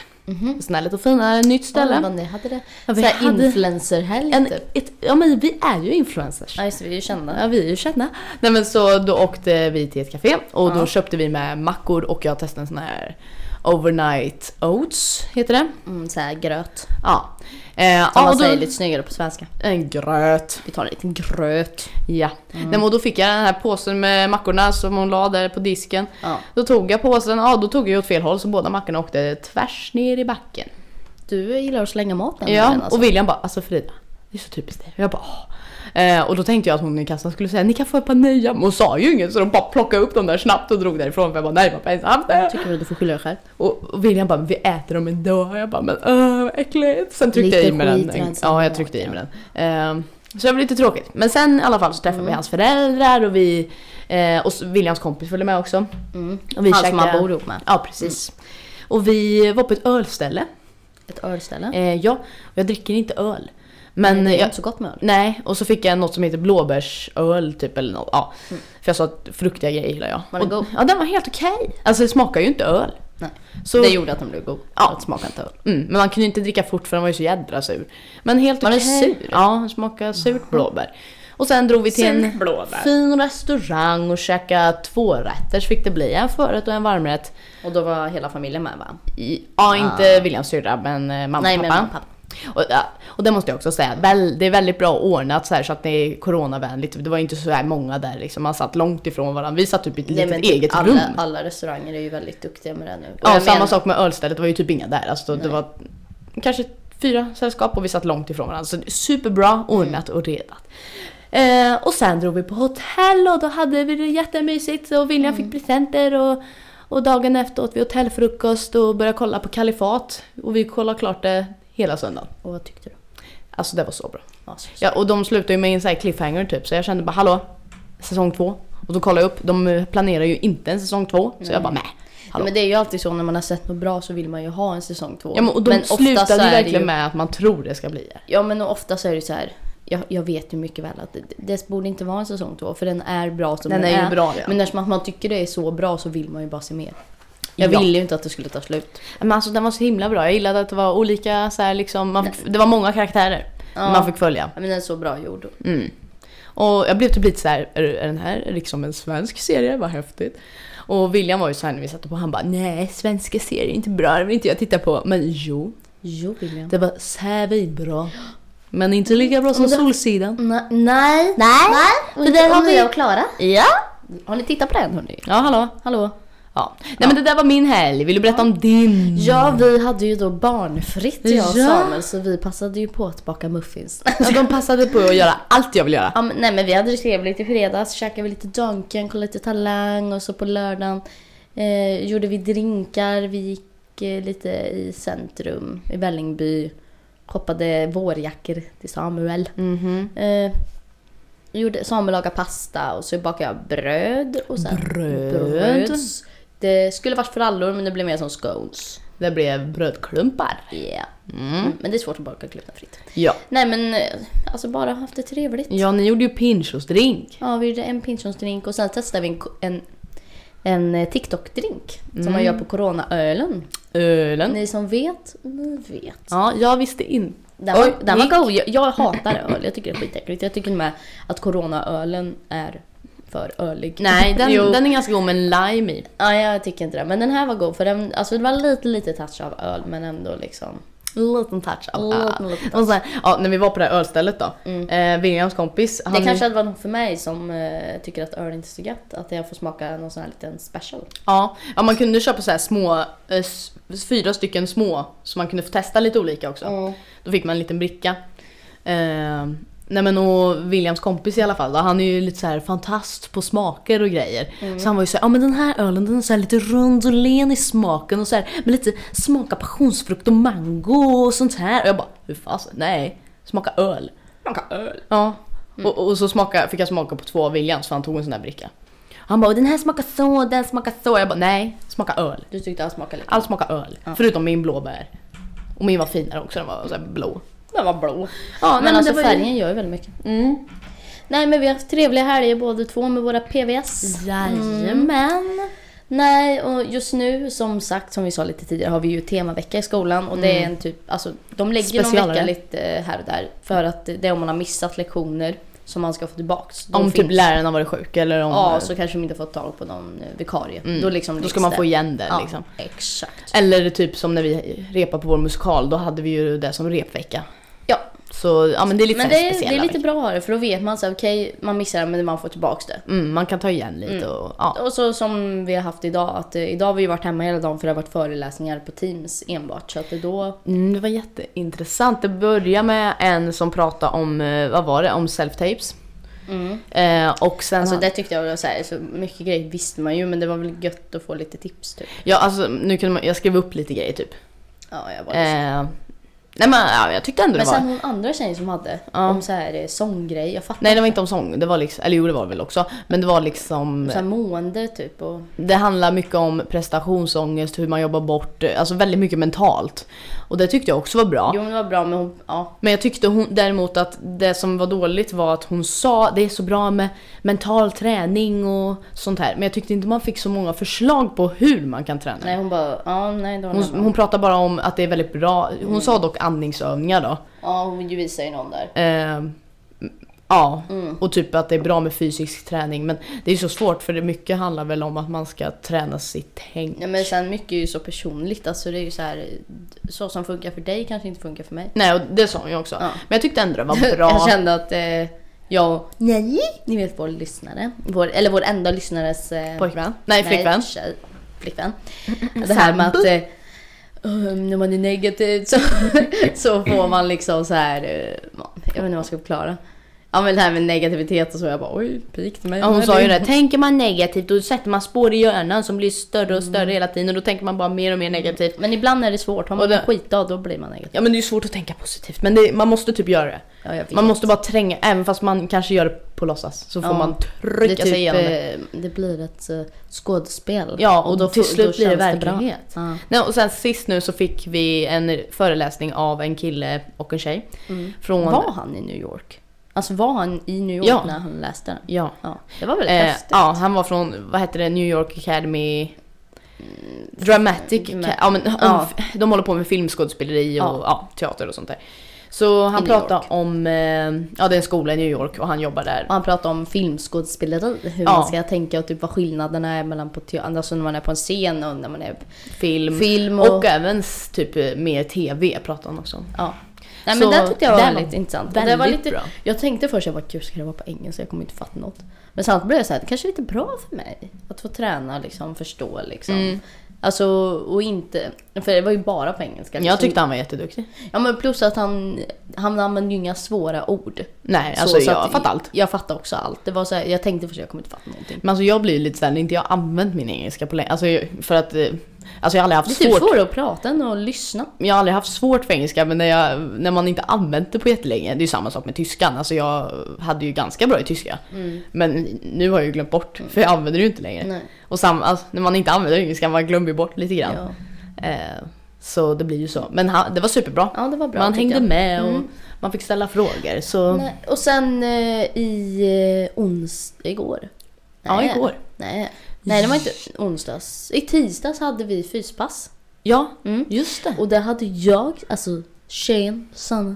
Speaker 3: Snällt och fina, nytt
Speaker 2: Ställe.
Speaker 3: ställe.
Speaker 2: Men det hade det.
Speaker 3: Ja, vi
Speaker 2: Såhär
Speaker 3: hade-
Speaker 2: influencerhelg
Speaker 3: En,
Speaker 2: typ.
Speaker 3: ett, ja men vi är ju influencers.
Speaker 2: Ja just det, vi är ju kända.
Speaker 3: Ja vi är ju kända. Nej men så då åkte vi till ett café och då
Speaker 2: Ja.
Speaker 3: köpte vi med mackor och jag testade en sån här overnight oats, heter det.
Speaker 2: Mm, såhär gröt.
Speaker 3: Ja. Eh,
Speaker 2: Som
Speaker 3: ja,
Speaker 2: man
Speaker 3: och
Speaker 2: säger
Speaker 3: då,
Speaker 2: lite snyggare på svenska.
Speaker 3: en gröt.
Speaker 2: Vi tar en liten gröt.
Speaker 3: Ja,
Speaker 2: Mm.
Speaker 3: Nej, men då fick jag den här påsen med mackorna som hon la där på disken.
Speaker 2: Ja.
Speaker 3: Då tog jag påsen, ja då tog jag åt fel håll så båda mackorna åkte tvärs ner i backen.
Speaker 2: Du gillar att slänga maten.
Speaker 3: ja,
Speaker 2: men alltså.
Speaker 3: och William bara alltså Frida, det är så typiskt dig. Och jag bara åh. Eh, och då tänkte jag att hon i kassan skulle säga ni kan få ett par nya, men hon sa ju inget så de bara plockade upp dem där snabbt och drog därifrån för jag bara nej vad pinsamt.
Speaker 2: Jag tycker väl du får skylla dig själv.
Speaker 3: Och och William bara, vi äter dem idag. Och jag bara, men öh vad äckligt. Sen tryckte jag
Speaker 2: Lite
Speaker 3: i mig den.
Speaker 2: skitrensad
Speaker 3: Ja, jag tryckte i mig den. Ehm, så det var lite tråkigt. Men sen i alla fall så träffade
Speaker 2: Mm.
Speaker 3: vi hans föräldrar och vi, eh, och så- Williams kompis följde med också. Och vi
Speaker 2: Han Mm. som
Speaker 3: käkade-
Speaker 2: han bor ihop med.
Speaker 3: Ja, precis.
Speaker 2: Mm.
Speaker 3: Och vi var på ett ölställe.
Speaker 2: Ett ölställe.
Speaker 3: Eh, ja, och jag dricker inte öl. Men
Speaker 2: det är
Speaker 3: jag,
Speaker 2: inte så gott med öl.
Speaker 3: nej, och så fick jag något som heter blåbärsöl typ eller något. Ja, för jag sa att fruktiga grejer gillar jag.
Speaker 2: Mm. Var den
Speaker 3: Och-
Speaker 2: god?
Speaker 3: Ja, den var helt okej. Alltså det smakar ju inte öl.
Speaker 2: Nej.
Speaker 3: Så-
Speaker 2: det gjorde att den blev god.
Speaker 3: Ja.
Speaker 2: Att smaka inte öl.
Speaker 3: Mm, men man kunde inte dricka fort för den var ju så jädra sur. Men helt
Speaker 2: Var den
Speaker 3: sur? Ja, den smakade surt blåbär. Och sen drog vi till en
Speaker 2: Surt blåbär.
Speaker 3: fin restaurang och käkade två rätter så fick det bli en förrätt och en varmrätt.
Speaker 2: Och då var hela familjen med va?
Speaker 3: I, ja, inte Williams syrra men eh, mamma
Speaker 2: Ah. Nej,
Speaker 3: och
Speaker 2: men
Speaker 3: pappa.
Speaker 2: mamma och pappa.
Speaker 3: Och, ja, och det måste jag också säga, väl, det är väldigt bra ordnat så, här, så att det är coronavänligt. Det var inte så här många där liksom, man satt långt ifrån varandra. Vi satt typ i ett litet
Speaker 2: men typ
Speaker 3: eget
Speaker 2: alla,
Speaker 3: rum.
Speaker 2: alla restauranger är ju väldigt duktiga med det nu. Och
Speaker 3: Ja,
Speaker 2: jag
Speaker 3: samma
Speaker 2: menar-
Speaker 3: sak med ölstället, det var ju typ inga där. Alltså, det var kanske fyra sällskap och vi satt långt ifrån varandra. Så superbra ordnat och redat. Eh, Mm. och sen drog vi på hotell och då hade vi det jättemysigt och William fick presenter och, och dagen efter åt vi hotellfrukost och började kolla på Kalifat. Och vi kollade klart det hela söndagen.
Speaker 2: Och vad tyckte du?
Speaker 3: Alltså det var så bra.
Speaker 2: Ja, så-
Speaker 3: Ja, och de slutade ju med en sån här cliffhanger typ så jag kände bara hallå, säsong två. Och då kollade jag upp, de eh, planerar ju inte en säsong två. Så jag bara nej.
Speaker 2: Ja, men det är ju alltid så när man har sett något bra så vill man ju ha en säsong två.
Speaker 3: Ja, men, och de
Speaker 2: ofta så
Speaker 3: slutade
Speaker 2: är
Speaker 3: ju
Speaker 2: det
Speaker 3: verkligen med att man tror det ska bli det.
Speaker 2: Ja men och ofta så är det så här. Jag, jag vet ju mycket väl att det, det borde inte vara en säsong två för den är bra som
Speaker 3: Den
Speaker 2: den,
Speaker 3: är ju bra, ja.
Speaker 2: Men eftersom att man tycker det är så bra så vill man ju bara se mer. Jag
Speaker 3: Ja.
Speaker 2: ville ju inte att det skulle ta slut.
Speaker 3: Men alltså den var så himla bra. Jag gillade att det var olika så här, liksom, man fick, det var många karaktärer
Speaker 2: Ja.
Speaker 3: man fick följa.
Speaker 2: Ja, Men den är så bra gjord.
Speaker 3: Mm. Och jag blev typ lite så här, är, är den här liksom en svensk serie? Vad häftigt. Och William var ju så här när vi satte på, han bara nej svenska serier är inte bra, det vill inte jag titta på. Men jo,
Speaker 2: Jo William.
Speaker 3: det var svinbra. Men inte lika bra som
Speaker 2: Men det-
Speaker 3: Solsidan.
Speaker 2: Nej. Nej.
Speaker 3: Och inte Mia och
Speaker 2: Klara.
Speaker 3: Ja.
Speaker 2: Har ni tittat på den hörni?
Speaker 3: Ja, hallå.
Speaker 2: Hallå?
Speaker 3: Ja. Nej men det där var min helg, vill du berätta om din?
Speaker 2: Ja, vi hade ju då barnfritt jag och
Speaker 3: Ja.
Speaker 2: Samuel så vi passade ju på att baka muffins.
Speaker 3: Ja, de passade på att göra allt jag vill göra.
Speaker 2: Ja, men, nej men vi hade det trevligt i fredags, käkade vi lite Donken, kollade lite Talang och så på lördagen eh, gjorde vi drinkar, vi gick eh, lite i centrum i Vällingby. Shoppade vårjackor till Samuel.
Speaker 3: Mhm.
Speaker 2: Eh, gjorde, Samuel lagade pasta och så bakade jag bröd. Och sen
Speaker 3: Bröd.
Speaker 2: bröds. Det skulle varit frallor men det blev mer som scones.
Speaker 3: Det blev brödklumpar.
Speaker 2: Yeah.
Speaker 3: Mm.
Speaker 2: Mm. Men det är svårt att baka glutenfritt.
Speaker 3: Ja.
Speaker 2: Nej men eh, alltså bara haft det trevligt.
Speaker 3: ja, ni gjorde ju pinchosdrink.
Speaker 2: Ja, vi gjorde en pinchonsdrink och sen testade vi en, en, en eh, TikTok-drink
Speaker 3: Mm.
Speaker 2: som man gör på coronaölen.
Speaker 3: Ölen.
Speaker 2: Ni som vet, ni vet.
Speaker 3: Ja, jag visste inte.
Speaker 2: Den, var,
Speaker 3: Oj,
Speaker 2: den
Speaker 3: gick.
Speaker 2: var god. Jag, jag hatar öl, jag tycker det är skitäckligt. Jag tycker med att coronaölen är för ölig.
Speaker 3: Nej, den,
Speaker 2: Jo.
Speaker 3: den är ganska god med lime i.
Speaker 2: Ja, jag tycker inte det. Men den här var god för den, alltså det var lite, lite touch av öl men ändå liksom.
Speaker 3: Liten touch av
Speaker 2: Liten,
Speaker 3: öl. Och sen, ja, när vi var på det här ölstället då. Eh, Williams kompis.
Speaker 2: Det kanske hade varit något för mig som eh, tycker att öl inte är så gött. Att jag får smaka någon sån här liten special.
Speaker 3: ja, ja, man kunde köpa så här små, eh, s- fyra stycken små. Så man kunde få testa lite olika också. Då fick man en liten bricka. Eh, nej men och Williams kompis i alla fall då, han är ju lite så här fantast på smaker och grejer. Så han var ju så här, ja men den här ölen den är så här lite rund och len i smaken och så här, med lite smak av passionsfrukt och mango och sånt här. Och jag bara, hur fasen, nej, smaka öl.
Speaker 2: Smaka öl.
Speaker 3: Ja. Och, och så smaka, fick jag smaka på två av Williams för han tog en sån där bricka. Han bara, den här smakar så, den smakar så. Jag bara, nej, smaka öl.
Speaker 2: Du tyckte han smakade lite?
Speaker 3: Allt smakar öl. Förutom min blåbär. Och min var finare också, den var så här blå.
Speaker 2: Den var blå.
Speaker 3: Ja, nej,
Speaker 2: men,
Speaker 3: men
Speaker 2: alltså
Speaker 3: det var ju- Mm.
Speaker 2: färgen Mm, gör ju väldigt mycket. Nej men vi har haft trevliga helger båda två med våra PVS.
Speaker 3: Jajamän.
Speaker 2: Mm. Nej och just nu som sagt som vi sa lite tidigare har vi ju temavecka i skolan och det är en typ, alltså de lägger
Speaker 3: Mm.
Speaker 2: någon
Speaker 3: Specialare.
Speaker 2: vecka lite eh, här och där. För att det är om man har missat lektioner som man ska få tillbaks. Då
Speaker 3: Om typ
Speaker 2: finns-
Speaker 3: läraren har varit sjuk eller om...
Speaker 2: Ja så kanske de inte fått tag på någon eh, vikarie. Då, liksom
Speaker 3: Mm. då
Speaker 2: läggs
Speaker 3: ska man
Speaker 2: det.
Speaker 3: få igen det
Speaker 2: ja,
Speaker 3: liksom.
Speaker 2: Exakt.
Speaker 3: Eller typ som när vi repade på vår musikal, då hade vi ju det som repvecka.
Speaker 2: Ja,
Speaker 3: Så ja men det är lite
Speaker 2: men
Speaker 3: men
Speaker 2: det är, det
Speaker 3: speciella
Speaker 2: är lite
Speaker 3: veckor.
Speaker 2: bra att ha det för då vet man så här, okej man missar det men man får tillbaks det.
Speaker 3: mm, Man kan ta igen lite och ja.
Speaker 2: Och så som vi har haft idag, att eh, idag har vi ju varit hemma hela dagen för det har varit föreläsningar på Teams enbart. Så att det då...
Speaker 3: Mm, det var jätteintressant. Det började med en som pratade om, eh, vad var det, om self-tapes.
Speaker 2: Mm.
Speaker 3: Eh, och sen...
Speaker 2: Alltså det tyckte jag var så här, så mycket grejer visste man ju men det var väl gött att få lite tips typ.
Speaker 3: Ja alltså nu kunde man, jag skrev upp lite grejer typ.
Speaker 2: Ja, jag var
Speaker 3: Eh, nej men ja, jag tyckte ändå
Speaker 2: men
Speaker 3: det var...
Speaker 2: sen hon andra tjejen som hade om så här eh, sånggrej, jag fattar
Speaker 3: Nej det var inte om sång, det var liksom, eller jo det var det väl också. Men det var liksom...
Speaker 2: inte. Så här mående typ och...
Speaker 3: Det handlar mycket om prestationsångest, hur man jobbar bort, alltså väldigt mycket mentalt. Och det tyckte jag också var bra.
Speaker 2: Jo men det var bra men hon, ja.
Speaker 3: Men jag tyckte hon, däremot att det som var dåligt var att hon sa det är så bra med mental träning och sånt här. Men jag tyckte inte man fick så många förslag på hur man kan träna.
Speaker 2: Nej hon bara, ja nej det var
Speaker 3: Hon, hon pratade bara om att det är väldigt bra, hon sa dock andningsövningar då.
Speaker 2: Ja hon ju visade ju någon där.
Speaker 3: Ehm, ja, och typ att det är bra med fysisk träning. Men det är så svårt för det mycket handlar väl om att man ska träna sitt tänk.
Speaker 2: Ja, men sen mycket är ju så personligt alltså det är ju så här så som funkar för dig kanske inte funkar för mig.
Speaker 3: Nej, och det sa hon ju också.
Speaker 2: Ja.
Speaker 3: Men jag tyckte ändå det var bra.
Speaker 2: Jag kände att eh, jag nej. ni vet vår lyssnare, vår, eller vår enda lyssnares eh,
Speaker 3: Pojkvän? Nej, flickvän.
Speaker 2: tjej, flickvän. Det här med att eh, um, när man är negativ så, så får man liksom så här, eh, jag vet inte vad jag ska förklara. Ja men det här med negativitet och så, jag bara oj, pik till mig.
Speaker 3: Ja, hon sa ju det, tänker man negativt då sätter man spår i hjärnan som blir större och större hela tiden och då tänker man bara mer och mer negativt.
Speaker 2: Men ibland är det svårt, har man
Speaker 3: Och det-
Speaker 2: en skitdag då blir man negativ.
Speaker 3: Ja men det är ju svårt att tänka positivt men det, man måste typ göra det.
Speaker 2: Ja, jag vet.
Speaker 3: Man måste bara tränga, även fast man kanske gör det på låtsas så får
Speaker 2: Ja.
Speaker 3: man
Speaker 2: det, är
Speaker 3: trycka
Speaker 2: typ,
Speaker 3: sig igenom det.
Speaker 2: eh, det blir ett eh, skådespel.
Speaker 3: Ja och, då, till
Speaker 2: får-
Speaker 3: slut blir det
Speaker 2: känns bra.
Speaker 3: verklighet.
Speaker 2: Ja.
Speaker 3: Nej, och sen sist nu så fick vi en föreläsning av en kille och en tjej. Från,
Speaker 2: Mm. Var han i New York? Alltså var han i New York
Speaker 3: Ja.
Speaker 2: när han läste den?
Speaker 3: Ja.
Speaker 2: Ja, det var väl
Speaker 3: Eh,
Speaker 2: häftigt?
Speaker 3: ja, han var från, vad heter det, New York Academy Dramatic
Speaker 2: Mm,
Speaker 3: Academy. Ja, men om,
Speaker 2: ja.
Speaker 3: De håller på med filmskådespeleri och
Speaker 2: Ja.
Speaker 3: ja. teater och sånt där. Så han
Speaker 2: New
Speaker 3: pratade
Speaker 2: York.
Speaker 3: om, eh, ja det är en skola i New York och han jobbar där.
Speaker 2: Och han pratade om filmskådespeleri, hur
Speaker 3: Ja.
Speaker 2: man ska tänka och typ vad skillnaderna är mellan på te- alltså när man är på en scen och när man är...
Speaker 3: Film.
Speaker 2: Film och-
Speaker 3: och... även s- typ eh, mer TV pratade han också om.
Speaker 2: Ja. Nej
Speaker 3: Så
Speaker 2: men det tyckte jag var
Speaker 3: den var
Speaker 2: väldigt intressant. Och det
Speaker 3: väldigt
Speaker 2: var lite,
Speaker 3: bra.
Speaker 2: Jag tänkte först, jag bara gud ska det vara på engelska? Jag kommer inte fatta
Speaker 3: Mm.
Speaker 2: något. Men samtidigt blev jag såhär, det kanske är lite bra för mig. Att få träna liksom, förstå liksom. Alltså och inte, för det var ju bara på engelska.
Speaker 3: Jag
Speaker 2: liksom.
Speaker 3: tyckte han var jätteduktig.
Speaker 2: Ja men plus att han, han använde ju inga svåra ord.
Speaker 3: Nej,
Speaker 2: Så-
Speaker 3: alltså
Speaker 2: så
Speaker 3: jag
Speaker 2: att-
Speaker 3: fattar allt.
Speaker 2: Jag fattade också allt. Det var så här, jag tänkte först jag kommer inte fatta någonting.
Speaker 3: Men alltså jag blir lite såhär, när inte jag använt min engelska på länge. Alltså jag- för att, eh, alltså jag har aldrig
Speaker 2: Det är
Speaker 3: haft
Speaker 2: typ
Speaker 3: svårt.
Speaker 2: svårare att prata än att lyssna.
Speaker 3: Jag har aldrig haft svårt för engelska men när, jag, när man inte använt det på jättelänge. Det är ju samma sak med tyskan. Alltså jag hade ju ganska bra i tyska. Men nu har jag ju glömt bort för jag använder det ju inte längre.
Speaker 2: Mm, Nej.
Speaker 3: Och samma, alltså, när man inte använder engelska man glömmer ju bort lite grann.
Speaker 2: Ja.
Speaker 3: Eh, så det blir ju så. Men han, det var superbra.
Speaker 2: ja, det var bra
Speaker 3: man
Speaker 2: tyckte
Speaker 3: hängde
Speaker 2: jag.
Speaker 3: med Eh, och
Speaker 2: Mm.
Speaker 3: man fick ställa frågor. Så
Speaker 2: Nej, och sen eh, i eh, ons... igår?
Speaker 3: ja, igår.
Speaker 2: Nej. Nej, det var inte onsdags. I tisdags hade vi fyspass.
Speaker 3: Ja,
Speaker 2: Mm.
Speaker 3: just det.
Speaker 2: Och där hade jag, alltså tjejen, Sanna,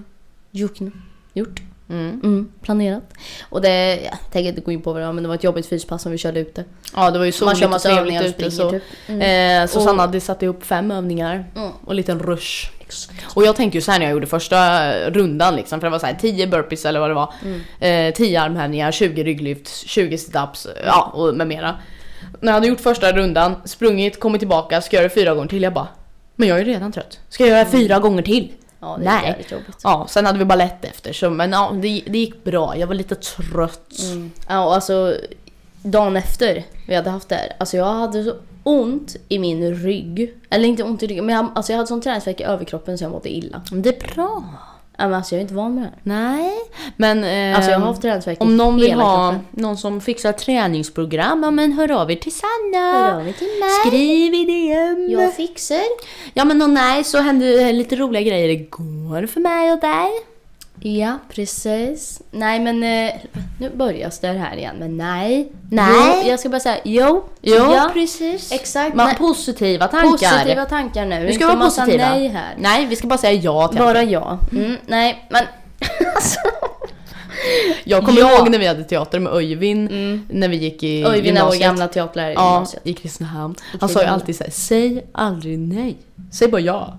Speaker 2: Jukne, gjort.
Speaker 3: Mm.
Speaker 2: Mm, planerat. Och det, jag tänker inte gå in på vad det var, men det var ett jobbigt fyspass som vi körde ute.
Speaker 3: Ja, det var ju
Speaker 2: Man
Speaker 3: soligt
Speaker 2: kör
Speaker 3: och
Speaker 2: massa
Speaker 3: trevligt
Speaker 2: övningar och
Speaker 3: ute.
Speaker 2: springer
Speaker 3: Så.
Speaker 2: typ. Mm.
Speaker 3: Eh, så
Speaker 2: Och-
Speaker 3: Sanna hade satt ihop fem övningar
Speaker 2: Mm.
Speaker 3: och en liten rush. Och jag tänkte ju så här när jag gjorde första rundan liksom, för det var så här 10 burpees eller vad det var.
Speaker 2: Mm.
Speaker 3: Eh, 10 armhävningar, 20 rygglyft, 20 situps,
Speaker 2: Mm.
Speaker 3: ja och med mera. När jag hade gjort första rundan, sprungit, kommit tillbaka, ska göra det fyra gånger till. Jag bara, men jag är ju redan trött. Ska jag göra
Speaker 2: Mm.
Speaker 3: fyra gånger till?
Speaker 2: Ja, det
Speaker 3: Nej.
Speaker 2: är jävligt jobbigt.
Speaker 3: Ja, sen hade vi ballett efter, så, men ja, det, det gick bra. Jag var lite trött.
Speaker 2: Ja, och alltså dagen efter vi hade haft det här, alltså jag hade så ont i min rygg. Eller inte ont i ryggen, men jag, alltså jag hade sån träningsvärk i överkroppen så jag mådde illa.
Speaker 3: Men Det är bra.
Speaker 2: Ja, men alltså jag är inte van med det här.
Speaker 3: Nej, men... Eh,
Speaker 2: Alltså jag har haft träningsvärk i
Speaker 3: Om någon vill
Speaker 2: hela
Speaker 3: ha
Speaker 2: kroppen.
Speaker 3: någon som fixar träningsprogram, ja men hör av er till
Speaker 2: Hör
Speaker 3: Sanna.
Speaker 2: av er till mig.
Speaker 3: Skriv i DM.
Speaker 2: Jag fixar.
Speaker 3: Ja men och nej, så hände det lite roliga grejer igår för mig och dig.
Speaker 2: Ja, precis. Nej men eh, nu börjar det här igen. Men nej.
Speaker 3: Nej.
Speaker 2: Jo, jag ska bara säga jo. ja,
Speaker 3: precis.
Speaker 2: Exakt.
Speaker 3: Man,
Speaker 2: nej.
Speaker 3: positiva tankar.
Speaker 2: Positiva tankar nu.
Speaker 3: Vi ska
Speaker 2: inte
Speaker 3: vara
Speaker 2: massa
Speaker 3: positiva.
Speaker 2: nej här.
Speaker 3: Nej, vi ska bara säga ja till
Speaker 2: Bara
Speaker 3: allt.
Speaker 2: ja. Mm, nej, men alltså.
Speaker 3: Jag kommer
Speaker 2: Ja.
Speaker 3: ihåg när vi hade teater med Öyvin, när vi gick i
Speaker 2: Oj, är vår
Speaker 3: gymnasiet.
Speaker 2: gamla teaterlärare i
Speaker 3: Ja,
Speaker 2: gymnasiet.
Speaker 3: i Kristinehamn. Han sa ju alltid så här, säg aldrig nej. Säg bara ja.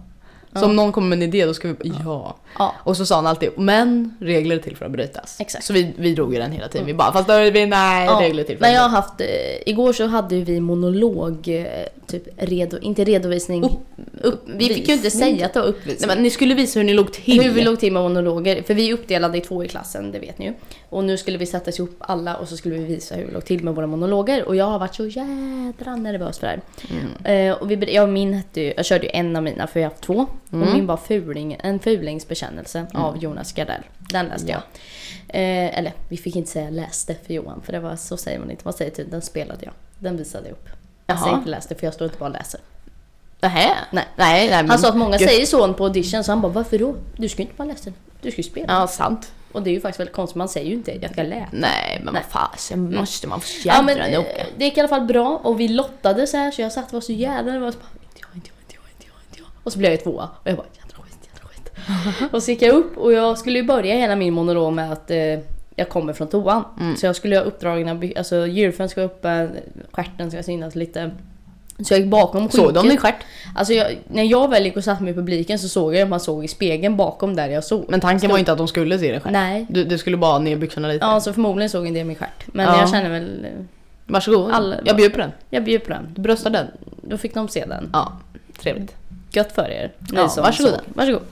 Speaker 3: Så om någon kommer med en idé då ska vi bara ja.
Speaker 2: Ja.
Speaker 3: Och så sa han alltid, men regler är till för att brytas.
Speaker 2: Exakt.
Speaker 3: Så vi, vi drog ju den hela tiden. Vi bara, fast då är vi Mm. nej,
Speaker 2: Ja,
Speaker 3: regler är till för
Speaker 2: men
Speaker 3: att
Speaker 2: jag har
Speaker 3: brytas.
Speaker 2: haft, eh, igår så hade ju vi monolog, eh, typ redo, inte redovisning.
Speaker 3: Upp-
Speaker 2: upp, vi fick ju inte
Speaker 3: uppvisning.
Speaker 2: säga att det var uppvisning.
Speaker 3: Nej, men ni skulle visa hur ni låg till.
Speaker 2: Hur vi låg till med monologer, för vi är uppdelade i två i klassen, det vet ni ju. Och nu skulle vi sättas ihop alla och så skulle vi visa hur vi låg till med våra monologer. Och jag har varit så jädra nervös för det här. Eh, och vi, ber- jag, och min hette ju, jag körde ju en av mina, för jag har haft två.
Speaker 3: Mm.
Speaker 2: Och min var fuling, en fulingsbekännelse av Jonas Gardell. Den läste jag. Eh, eller vi fick inte säga läste för Johan, för det var, så säger man inte. Man säger typ den spelade jag. Den visade jag upp. Jag
Speaker 3: Jaha. Mm.
Speaker 2: säger inte läste för jag står inte bara och läser.
Speaker 3: Nähä?
Speaker 2: Nej.
Speaker 3: Nej, nej, men-
Speaker 2: Han sa att många
Speaker 3: Gud.
Speaker 2: säger så på audition, så han bara varför då? Du ska ju inte bara läsa den. Du ska ju spela.
Speaker 3: Ja, sant.
Speaker 2: Och det är ju faktiskt väldigt konstigt, man säger ju inte jag ska läsa.
Speaker 3: Nej, men vad fasen måste man få
Speaker 2: Ja,
Speaker 3: jädra
Speaker 2: men,
Speaker 3: ja,
Speaker 2: eh,
Speaker 3: noga.
Speaker 2: det gick i alla fall bra och vi lottade så här så jag satt och var så jävla nervös. Bara, Inte jag, inte jag, inte jag, inte jag, inte jag. Och så blev jag tvåa och jag bara jädra skit, jädra skit. och så gick jag upp och jag skulle ju börja hela min monolog med att eh, jag kommer från toan.
Speaker 3: Mm.
Speaker 2: Så jag skulle ha uppdragna, by- alltså djurfön ska upp, eh, stjärten ska synas lite. Så jag gick bakom
Speaker 3: Såg de
Speaker 2: skynket.
Speaker 3: din stjärt?
Speaker 2: Alltså jag, när jag väl gick och satte mig i publiken så såg jag att man såg i spegeln bakom där jag såg.
Speaker 3: Men tanken var inte att de skulle se din stjärt.
Speaker 2: Nej.
Speaker 3: Du, du skulle bara ha ner byxorna lite.
Speaker 2: Ja, så förmodligen såg en del min stjärt. Men
Speaker 3: Ja.
Speaker 2: jag känner väl, eh,
Speaker 3: Varsågod.
Speaker 2: Alla-
Speaker 3: jag bjuder på den.
Speaker 2: jag bjöd på den.
Speaker 3: Du bröstar den.
Speaker 2: Då fick de se den.
Speaker 3: Ja, trevligt.
Speaker 2: Gött för er. ni
Speaker 3: Ja,
Speaker 2: som
Speaker 3: varsågoda.
Speaker 2: såg. varsågod.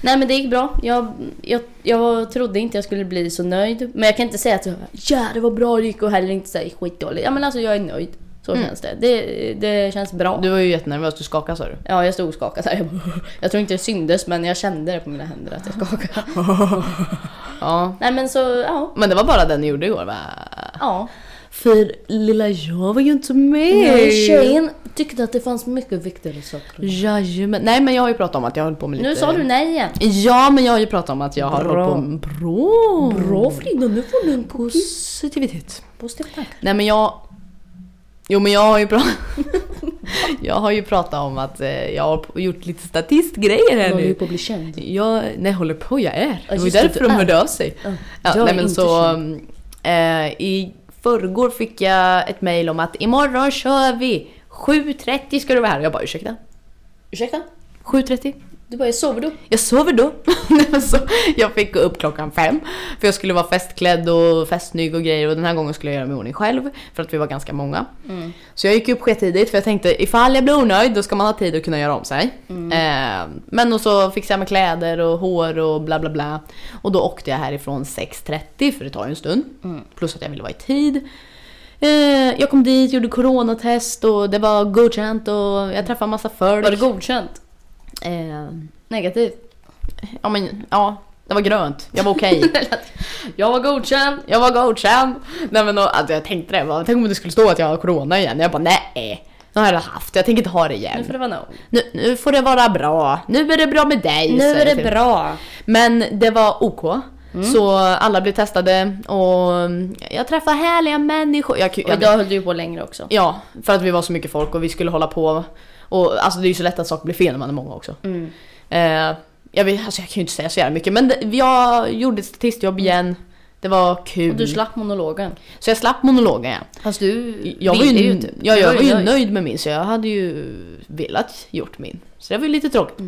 Speaker 2: Nej men det gick bra. Jag, jag, jag trodde inte jag skulle bli så nöjd. Men jag kan inte säga att jag, ja det var bra det gick och heller inte säga skitdåligt. Ja men alltså jag är nöjd. Så känns det. det. Det känns bra.
Speaker 3: Du var ju jättenervös, du skakade sa du.
Speaker 2: Ja, jag stod och skakade så här. Jag, bara, jag tror inte det syndes men jag kände det på mina händer att jag skakade.
Speaker 3: Ja.
Speaker 2: Nej men så, ja.
Speaker 3: Men det var bara den ni gjorde igår va?
Speaker 2: ja.
Speaker 3: För lilla jag var ju inte med.
Speaker 2: Tjejen tyckte att det fanns mycket viktigare saker.
Speaker 3: Jajamän. Nej men jag har ju pratat om att jag håller på med lite...
Speaker 2: Nu sa du nej igen.
Speaker 3: Ja men jag har ju pratat om att jag har
Speaker 2: Bra.
Speaker 3: hållit på med... Bra!
Speaker 2: Bra Frida, nu får du en puss.
Speaker 3: Positivitet.
Speaker 2: Positiv tanke.
Speaker 3: Nej men jag... Jo men jag har ju pratat... jag har ju pratat om att eh, jag har gjort lite statistgrejer
Speaker 2: Du
Speaker 3: här
Speaker 2: håller ju
Speaker 3: nu.
Speaker 2: på att bli känd.
Speaker 3: Jag, nej håller på, jag är. Det var ju
Speaker 2: just det,
Speaker 3: därför
Speaker 2: du
Speaker 3: de
Speaker 2: är.
Speaker 3: hörde av sig.
Speaker 2: Ja,
Speaker 3: Ja,
Speaker 2: jag
Speaker 3: nej,
Speaker 2: är
Speaker 3: men
Speaker 2: inte
Speaker 3: så,
Speaker 2: känd.
Speaker 3: eh, I förrgår fick jag ett mail om att imorgon kör vi! 7.30 ska du vara här. Och jag bara ursäkta?
Speaker 2: Ursäkta?
Speaker 3: 7.30?
Speaker 2: Du bara, jag sover då.
Speaker 3: Jag sover då. Nej, men så, jag fick gå upp klockan fem. För jag skulle vara festklädd och festsnygg och grejer. Och den här gången skulle jag göra mig i ordning själv. För att vi var ganska många. Så jag gick upp skettidigt för jag tänkte ifall jag blir onöjd då ska man ha tid att kunna göra om sig. Eh, men och så fixade jag med kläder och hår och bla bla bla. Och då åkte jag härifrån 6.30 för det tar ju en stund. Plus att jag ville vara i tid. Eh, jag kom dit, gjorde coronatest och det var godkänt och jag träffade massa folk.
Speaker 2: Var det godkänt?
Speaker 3: Eh,
Speaker 2: Negativt?
Speaker 3: Ja men ja, det var grönt. Jag var okej.
Speaker 2: jag var godkänd!
Speaker 3: jag var godkänd. Nej men och, alltså, jag tänkte det, jag bara, tänk om det skulle stå att jag har corona igen. Jag bara nej, det har jag haft. Jag tänker inte ha det
Speaker 2: Nu
Speaker 3: igen.
Speaker 2: får det vara nog.
Speaker 3: Nu, nu får det vara bra. Nu är det bra med dig.
Speaker 2: Nu
Speaker 3: säger
Speaker 2: är
Speaker 3: jag
Speaker 2: det
Speaker 3: till.
Speaker 2: bra. Mm.
Speaker 3: Men det var OK. Så alla blev testade och mm, jag träffade härliga människor. Jag,
Speaker 2: Och
Speaker 3: jag,
Speaker 2: idag höll du ju på längre också.
Speaker 3: Ja, för att vi var så mycket folk och vi skulle hålla på. Och alltså det är ju så lätt att saker blir fel när man är många också.
Speaker 2: Mm.
Speaker 3: Eh, jag, vet, alltså, jag kan ju inte säga så jävla mycket men det, jag gjorde ett statistjobb igen. Det var
Speaker 2: Och du
Speaker 3: kul.
Speaker 2: slapp monologen.
Speaker 3: Så jag slapp monologen igen.
Speaker 2: Fast du
Speaker 3: Jag var ju,
Speaker 2: ville typ.
Speaker 3: ja,
Speaker 2: Du
Speaker 3: jag var ju nöjd med min så jag hade ju velat gjort min. Så det var ju lite tråkigt.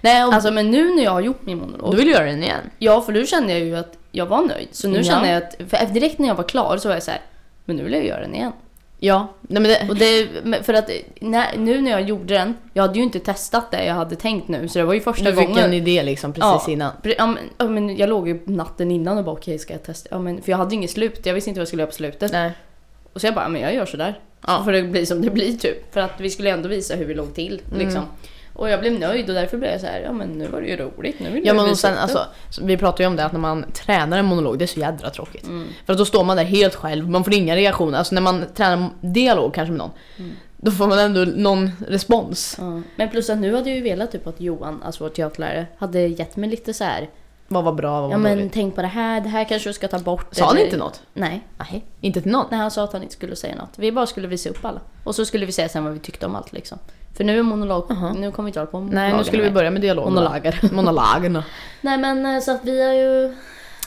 Speaker 3: Nej, och
Speaker 2: Alltså men nu när jag har gjort min monolog.
Speaker 3: du vill göra den igen.
Speaker 2: Ja för nu kände jag ju att jag var nöjd. Så nu
Speaker 3: Ja.
Speaker 2: känner jag att, för direkt när jag var klar så var jag så här. men nu vill jag göra den igen.
Speaker 3: Ja, nej men det,
Speaker 2: Och det, men för att eh, när, nu när jag gjorde den, jag hade ju inte testat det jag hade tänkt nu så det var ju första
Speaker 3: du fick
Speaker 2: gången.
Speaker 3: en idé liksom precis
Speaker 2: Ja.
Speaker 3: innan.
Speaker 2: Pre- Ja, men, ja, men jag låg ju natten innan och bara okej ska jag testa? Ja, men, för jag hade ju inget slut, jag visste inte vad jag skulle göra på slutet.
Speaker 3: Nej.
Speaker 2: Och så jag bara, ja, men jag gör sådär.
Speaker 3: Ja.
Speaker 2: För det blir som det blir typ. För att vi skulle ändå visa hur vi låg till
Speaker 3: Mm.
Speaker 2: liksom. Och jag blev nöjd och därför blev jag så här, ja men nu var det ju roligt. Nu vill
Speaker 3: Ja
Speaker 2: jag
Speaker 3: men och
Speaker 2: visa
Speaker 3: sen
Speaker 2: upp det."
Speaker 3: alltså, så vi pratar ju om det att när man tränar en monolog, det är så jädra tråkigt. För att då står man där helt själv, man får inga reaktioner. Alltså när man tränar dialog kanske med någon, då får man ändå någon respons.
Speaker 2: Ja. Men plus att nu hade jag ju velat typ att Johan, alltså vår teaterlärare, hade gett mig lite så här.
Speaker 3: Vad var bra, vad var
Speaker 2: Ja men
Speaker 3: dåligt.
Speaker 2: tänk på det här, det här kanske du ska ta bort.
Speaker 3: Sa han
Speaker 2: eller-
Speaker 3: inte något?
Speaker 2: Nej.
Speaker 3: Nej. Inte till någon?
Speaker 2: När han sa att han inte skulle säga något. Vi bara skulle visa upp alla. Och så skulle vi säga sen vad vi tyckte om allt liksom. För nu är monolog, nu kommer vi inte hålla på med
Speaker 3: Nej, nu
Speaker 2: monologer
Speaker 3: skulle vi
Speaker 2: mer.
Speaker 3: börja med dialogen.
Speaker 2: Monologer.
Speaker 3: Monologerna.
Speaker 2: Nej men eh, så att vi har ju...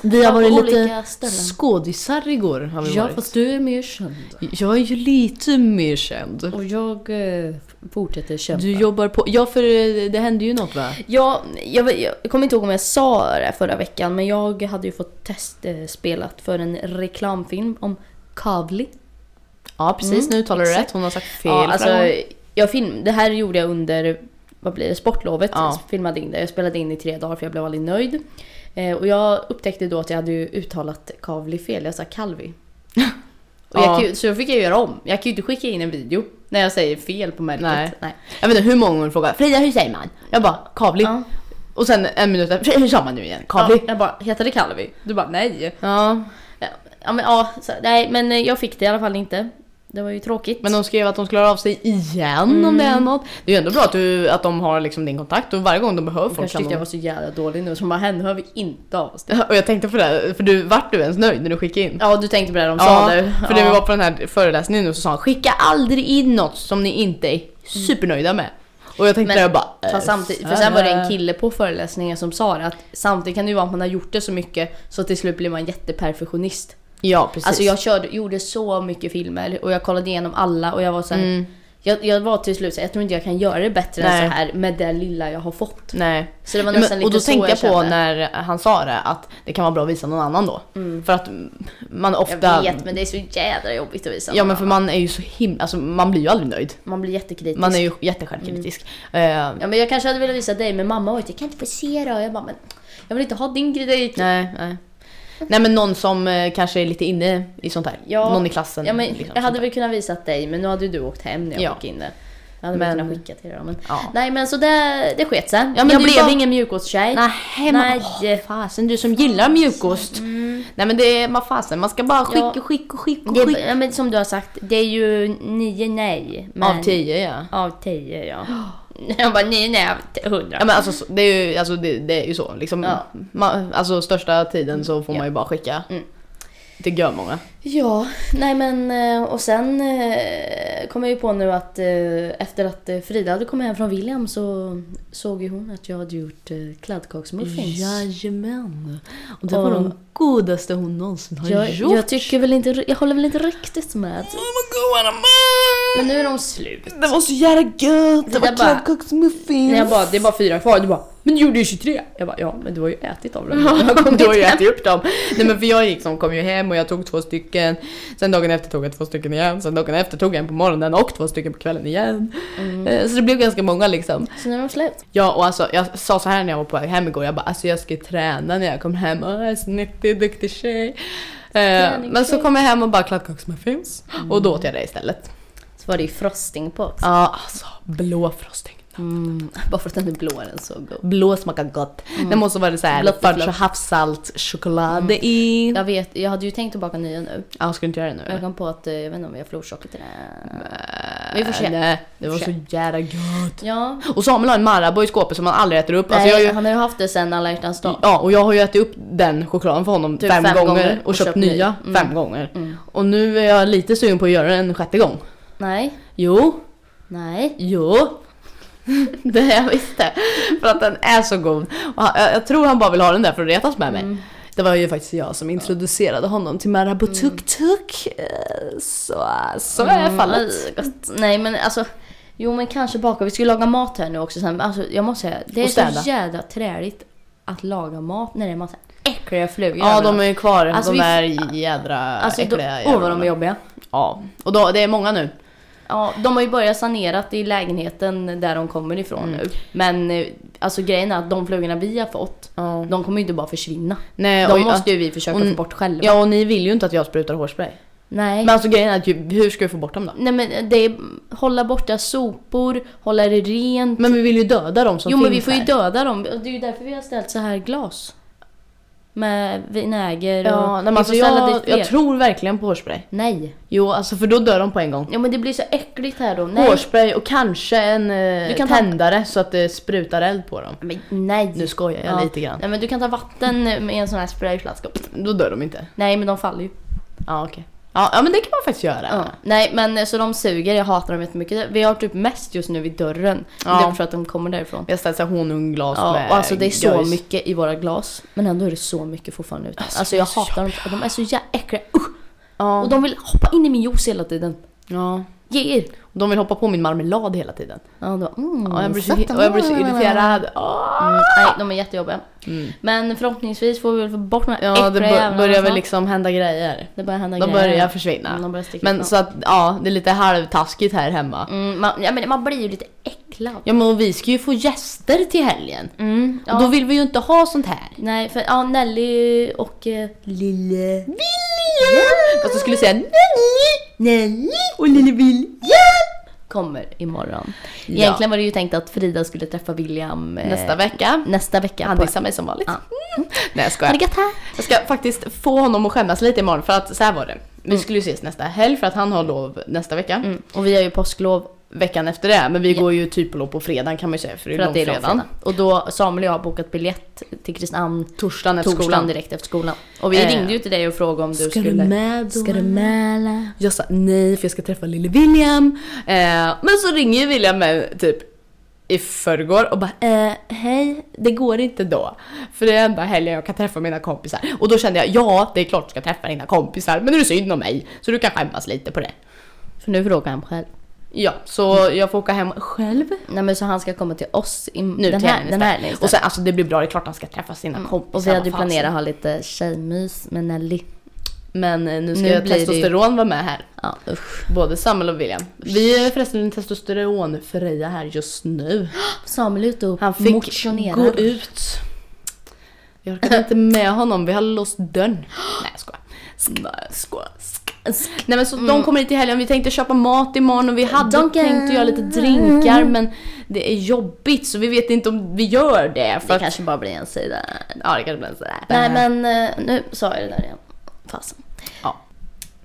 Speaker 3: Vi har
Speaker 2: Ja, på
Speaker 3: varit
Speaker 2: olika
Speaker 3: lite
Speaker 2: ställen.
Speaker 3: skådisar igår. Har vi varit.
Speaker 2: du är mer känd.
Speaker 3: Jag är ju lite mer känd.
Speaker 2: Och jag eh, fortsätter kämpa.
Speaker 3: Du jobbar på... Ja för eh, det hände ju något va?
Speaker 2: Ja, jag, vet- jag kommer inte ihåg om jag sa det förra veckan men jag hade ju fått testspelat för en reklamfilm om Kavli.
Speaker 3: Ja precis, nu talar du
Speaker 2: Mm, exakt.
Speaker 3: rätt. Hon har sagt fel.
Speaker 2: Ja,
Speaker 3: flera
Speaker 2: alltså,
Speaker 3: gånger.
Speaker 2: jag film, det här gjorde jag under vad blir det, sportlovet.
Speaker 3: Ja.
Speaker 2: Jag filmade in det. Jag spelade in i tre dagar för jag blev aldrig nöjd. Eh, och jag upptäckte då att jag hade ju uttalat Kavli fel. Jag sa Kalvi. Och jag
Speaker 3: Ja.
Speaker 2: kan ju, så jag fick jag göra om. Jag kan ju inte skicka in en video när jag säger fel på märket.
Speaker 3: Nej.
Speaker 2: Nej.
Speaker 3: Jag vet inte hur många gånger frågar Frida hur säger man? Jag bara kavli.
Speaker 2: Ja.
Speaker 3: Och sen en minut efter, hur sa man nu igen?
Speaker 2: Ja,
Speaker 3: Kavli.
Speaker 2: jag bara, heter det Kalvi? Du bara, nej.
Speaker 3: Ja.
Speaker 2: Ja, ja, men, ja, så, nej, men eh, jag fick det i alla fall inte. Det var ju tråkigt.
Speaker 3: Men de skrev att de skulle höra av sig igen om det
Speaker 2: Mm.
Speaker 3: är något. Det är ju ändå bra att, du, att de har liksom din kontakt och varje gång de behöver folk
Speaker 2: Först
Speaker 3: kan
Speaker 2: tyckte
Speaker 3: de...
Speaker 2: jag var så jävla dålig nu, så bara, henne hör vi inte av oss till.
Speaker 3: Och jag tänkte på det, här, för du, vart du ens nöjd när du skickade in?
Speaker 2: Ja, du tänkte på det de
Speaker 3: Ja,
Speaker 2: sa du.
Speaker 3: för när vi
Speaker 2: Ja.
Speaker 3: var på den här föreläsningen nu så sa han skicka aldrig in något som ni inte är supernöjda med. Och jag tänkte
Speaker 2: Men,
Speaker 3: där, jag bara... eh,
Speaker 2: Fast samtidigt, för
Speaker 3: så
Speaker 2: sen var det
Speaker 3: här.
Speaker 2: en kille på föreläsningen som sa det att samtidigt kan det ju vara att man har gjort det så mycket så till slut blir man jätteperfektionist.
Speaker 3: Ja precis.
Speaker 2: Alltså jag körde, gjorde så mycket filmer och jag kollade igenom alla och jag var så här, jag, jag var till slut så här, jag tror inte jag kan göra det bättre
Speaker 3: Mm. Nej.
Speaker 2: än så här med det lilla jag har fått.
Speaker 3: Nej.
Speaker 2: Så det var
Speaker 3: Men,
Speaker 2: nästan lite
Speaker 3: och då
Speaker 2: så
Speaker 3: tänkte jag, på
Speaker 2: kände.
Speaker 3: när han sa det att det kan vara bra att visa någon annan då. För att man ofta...
Speaker 2: Mm. Jag vet men det är så jädra jobbigt att visa.
Speaker 3: Ja men för man är ju så himla, alltså man blir ju aldrig nöjd.
Speaker 2: Man blir jättekritisk.
Speaker 3: Man är ju jättesjälvkritisk. Eh,
Speaker 2: Ja men jag kanske hade velat visa dig men mamma var ju jag kan inte få se det. Och jag bara men jag vill inte ha din kritik.
Speaker 3: nej, nej. Nej men någon som eh, kanske är lite inne i sånt här.
Speaker 2: Ja.
Speaker 3: någon i klassen.
Speaker 2: Ja, men
Speaker 3: liksom,
Speaker 2: jag
Speaker 3: sånt
Speaker 2: hade
Speaker 3: där.
Speaker 2: väl kunnat visa dig men nu hade ju du åkt hem när jag
Speaker 3: Ja.
Speaker 2: gick in det. Jag hade
Speaker 3: Men-
Speaker 2: väl kunnat skicka till dig då, men...
Speaker 3: Ja.
Speaker 2: Nej men så det, det sket sig.
Speaker 3: Ja, men
Speaker 2: jag
Speaker 3: det är
Speaker 2: blev
Speaker 3: bara-
Speaker 2: ingen mjukosttjej.
Speaker 3: Nej,
Speaker 2: Nej.
Speaker 3: man, åh, fasen du som gillar mjukost. Nej men det är, vad fasen, man ska bara skicka,
Speaker 2: Ja.
Speaker 3: skicka, skicka,
Speaker 2: Det,
Speaker 3: skicka.
Speaker 2: är- ja, men som du har sagt, det är ju nio nej. Men...
Speaker 3: Av tio ja.
Speaker 2: Av tio ja. Jag bara nio nej av t- hundra.
Speaker 3: Ja men alltså så- det är ju, alltså, det, det är ju så liksom.
Speaker 2: Ja.
Speaker 3: Man, alltså största tiden så får man ju bara skicka.
Speaker 2: Mm.
Speaker 3: Till görmånga.
Speaker 2: Ja, nej men eh, och sen eh, kom jag ju på nu att eh, efter att eh, Frida hade kommit hem från William så såg ju hon att jag hade gjort eh, kladdkaksmuffins.
Speaker 3: Jajamän. Och
Speaker 2: det var de
Speaker 3: godaste hon någonsin har
Speaker 2: Jag, jag tycker väl inte, jag håller väl inte riktigt med. Men nu är de slut.
Speaker 3: Det var så jävla gött!
Speaker 2: Det där bara-
Speaker 3: kladdkaksmuffins!
Speaker 2: När jag bara, det är bara fyra kvar, du bara Men du gjorde ju 23! Jag bara, ja men du har ju ätit av dem.
Speaker 1: Du har ju ätit upp dem. Nej men för jag liksom kom ju hem och jag tog två stycken. Sen dagen efter tog jag två stycken igen. Sen dagen efter tog jag en på morgonen och två stycken på kvällen igen. Eh, Så det blev ganska många liksom.
Speaker 2: Så nu är de slut.
Speaker 1: Ja och alltså jag sa så här när jag var på väg hem igår. Jag bara alltså jag ska träna när jag kommer hem. Åh, jag är så nyttig, duktig tjej. Eh, Men så kom jag hem och bara kladdkaksmuffins. Och då åt jag det istället.
Speaker 2: Så var det ju frosting på också.
Speaker 1: Ja alltså blå frosting.
Speaker 2: Mm. Bara för att den är blå är den så god.
Speaker 1: Blå smakar gott. Det måste vara så här
Speaker 2: Blått,
Speaker 1: fudge
Speaker 2: blått.
Speaker 1: och havssalt choklad i.
Speaker 2: Jag vet, jag hade ju tänkt att baka nya nu.
Speaker 1: Mm. Ja, jag skulle inte göra det nu.
Speaker 2: Men jag kom på att eh, jag vet inte om jag får orsaker till det. Vi får se.
Speaker 1: Nej, Eh, det var
Speaker 2: Vi får
Speaker 1: så jävla gott.
Speaker 2: Ja.
Speaker 1: Och Samuel har en Marabou i skåpet som han aldrig äter upp.
Speaker 2: Nej,
Speaker 1: Alltså jag har ju,
Speaker 2: han har ju haft det sen alla hjärtans dag.
Speaker 1: ja, och jag har ju ätit upp den chokladen för honom
Speaker 2: Typ
Speaker 1: fem,
Speaker 2: fem
Speaker 1: gånger,
Speaker 2: gånger
Speaker 1: och köpt,
Speaker 2: ny. Mm.
Speaker 1: nya fem gånger. Och nu är jag lite sugen på att göra det en sjätte gång.
Speaker 2: Nej,
Speaker 1: Jo,
Speaker 2: nej.
Speaker 1: jo. det är jag visste. För att den är så god. Och han, jag- jag tror han bara vill ha den där för att retas med mig.
Speaker 2: Mm.
Speaker 1: Det var ju faktiskt jag som introducerade honom till Marabou
Speaker 2: Mm.
Speaker 1: tuk-tuk. Eh, Så, så är fallet.
Speaker 2: Aj, gott. Nej men alltså. Jo men kanske baka. Vi ska ju laga mat här nu också sen. Men Alltså jag måste säga. Det är
Speaker 1: Och städa.
Speaker 2: så jävla träligt att laga mat när det är massa äckliga flugor.
Speaker 1: Ja, de är ju kvar.
Speaker 2: Alltså,
Speaker 1: de
Speaker 2: vi-
Speaker 1: där jädra
Speaker 2: Alltså, då,
Speaker 1: äckliga
Speaker 2: åh vad de är jobbiga.
Speaker 1: Ja, och då, det är många nu.
Speaker 2: Ja, de har ju börjat sanerat i lägenheten där de kommer ifrån
Speaker 1: Mm.
Speaker 2: nu. Men eh, alltså grejen är att de flugorna vi har fått,
Speaker 1: Ja.
Speaker 2: de kommer ju inte bara försvinna.
Speaker 1: Nej, alltså-
Speaker 2: De
Speaker 1: och-
Speaker 2: måste ju vi försöka
Speaker 1: och-
Speaker 2: få bort själva.
Speaker 1: Mm. Ja, och ni vill ju inte att jag sprutar hårspray.
Speaker 2: Nej.
Speaker 1: Men alltså grejen är att ju- hur ska vi få bort dem då?
Speaker 2: Nej men det är hålla borta sopor, hålla det rent.
Speaker 1: Men vi vill ju döda dem som
Speaker 2: jo
Speaker 1: finns
Speaker 2: men vi får ju
Speaker 1: här.
Speaker 2: döda dem. Och Det är ju därför vi har ställt så här glas. Med vinäger och...
Speaker 1: Ja, nej, men
Speaker 2: vi
Speaker 1: alltså
Speaker 2: får ställa
Speaker 1: jag,
Speaker 2: dit fler.
Speaker 1: jag tror verkligen på hårspray.
Speaker 2: Nej.
Speaker 1: Jo, alltså för då dör de på en gång.
Speaker 2: Ja men det blir så äckligt här då. Nej.
Speaker 1: Hårspray och kanske en
Speaker 2: Du
Speaker 1: eh,
Speaker 2: kan ta-
Speaker 1: tändare så att det sprutar eld på dem.
Speaker 2: Men, nej.
Speaker 1: Nu skojar jag
Speaker 2: Ja.
Speaker 1: lite grann.
Speaker 2: Nej men du kan ta vatten med en sån här sprayflaska.
Speaker 1: Då dör de inte.
Speaker 2: Nej men de faller ju.
Speaker 1: Ja, okej. Ja, ja, men det kan man faktiskt göra.
Speaker 2: Ja. Nej men eh, så de suger, jag hatar dem jättemycket. Vi har typ mest just nu vid dörren.
Speaker 1: Ja.
Speaker 2: Det är för att de kommer därifrån.
Speaker 1: Vi har ställt så här honungglas
Speaker 2: Ja,
Speaker 1: med
Speaker 2: och alltså det är så
Speaker 1: göjs.
Speaker 2: mycket i våra glas. Men ändå är det så mycket fortfarande ute. Alltså,
Speaker 1: Alltså,
Speaker 2: jag
Speaker 1: det är så
Speaker 2: hatar dem. De är så jävla äckliga. Usch!
Speaker 1: Ja.
Speaker 2: Och de vill hoppa in i min juice hela tiden.
Speaker 1: ja.
Speaker 2: Ge er!
Speaker 1: Och de vill hoppa på min marmelad hela tiden.
Speaker 2: Ja, de bara, mm,
Speaker 1: Ja, jag, blir så,
Speaker 2: sätt dem.
Speaker 1: och jag blir så irriterad. Åh!
Speaker 2: Mm, nej, de är jättejobbiga. Men förhoppningsvis får vi väl få bort de här
Speaker 1: Mm. Ja, det
Speaker 2: äckliga
Speaker 1: bör,
Speaker 2: jävlarna
Speaker 1: börjar väl
Speaker 2: snart.
Speaker 1: liksom hända grejer.
Speaker 2: Det börjar hända
Speaker 1: De
Speaker 2: grejer.
Speaker 1: börjar
Speaker 2: Mm,
Speaker 1: försvinna.
Speaker 2: de börjar sticka
Speaker 1: Men
Speaker 2: ut.
Speaker 1: så att, ja, det är lite halvtaskigt här hemma.
Speaker 2: mm, man, ja, men man blir ju lite äcklad.
Speaker 1: Ja, men och vi ska ju få gäster till helgen.
Speaker 2: Mm, ja.
Speaker 1: Och då vill vi ju inte ha sånt här.
Speaker 2: Nej, för ja, Nelly och eh, Lille.
Speaker 1: Fast du skulle säga Nelly, Nelly och lille Vilja.
Speaker 2: kommer imorgon.
Speaker 1: Ja.
Speaker 2: Egentligen var det ju tänkt att Frida skulle träffa William eh,
Speaker 1: Nästa vecka.
Speaker 2: nästa vecka.
Speaker 1: Han
Speaker 2: på-
Speaker 1: dissar mig som vanligt.
Speaker 2: Ja.
Speaker 1: Nej, jag
Speaker 2: Ha
Speaker 1: skojar.
Speaker 2: det gött här!
Speaker 1: Jag ska faktiskt få honom att skämmas lite imorgon för att så här var det. Vi skulle ju ses nästa helg för att han har lov nästa vecka.
Speaker 2: Mm. Och vi har ju påsklov
Speaker 1: Veckan efter det, men vi
Speaker 2: Ja.
Speaker 1: går ju typ på lov på fredagen kan man ju säga för det är
Speaker 2: för att det är
Speaker 1: långfredagen.
Speaker 2: långfredag. Och då, Samuel och jag har bokat biljett till Kristinehamn
Speaker 1: Torsdagen efter
Speaker 2: torsdagen
Speaker 1: skolan.
Speaker 2: direkt efter skolan. Och vi
Speaker 1: Eh.
Speaker 2: ringde ju till dig och frågade om du skulle...
Speaker 1: med då?
Speaker 2: Ska du med eller?
Speaker 1: Jag sa nej för jag ska träffa lille William. Eh, men så ringer ju William mig typ i förrgår och bara eh, hej, det går inte då. För det är enda helgen jag kan träffa mina kompisar. Och då kände jag ja, det är klart du ska träffa dina kompisar, men det är synd om mig. Så du kan skämmas lite på det.
Speaker 2: För nu frågar han själv.
Speaker 1: Ja, så jag får åka hem själv.
Speaker 2: Nej men så han ska komma till oss i,
Speaker 1: Nu
Speaker 2: den,
Speaker 1: till
Speaker 2: här,
Speaker 1: helgen
Speaker 2: den
Speaker 1: istället.
Speaker 2: här Mm.
Speaker 1: Och sen alltså det blir bra, det är klart han ska träffa sina kompisar.
Speaker 2: Och vi hade ju
Speaker 1: vad fan.
Speaker 2: planerat att ha lite tjejmys med Nelly.
Speaker 1: Men eh, nu ska
Speaker 2: Nu
Speaker 1: jag
Speaker 2: blir det ju-
Speaker 1: testosteron vara med här.
Speaker 2: Ja, usch.
Speaker 1: Både Samuel och William. Vi är förresten en testosteronfria här just nu.
Speaker 2: Samuel är ute och
Speaker 1: Han fick
Speaker 2: motionerar.
Speaker 1: gå ut. Jag orkade inte med honom, vi har låst dörren. Nej jag skojar. Sk- Mm. skojar. Sk- sk- Nej men så de kommer hit i helgen, vi tänkte köpa mat imorgon och vi hade
Speaker 2: Donken.
Speaker 1: tänkt att göra lite drinkar men det är jobbigt så vi vet inte om vi gör det. För
Speaker 2: Det
Speaker 1: att,
Speaker 2: kanske bara blir en sida.
Speaker 1: ja det kanske blir en sån där.
Speaker 2: Nej men eh, nu sa jag det där igen. Fasen.
Speaker 1: Ja.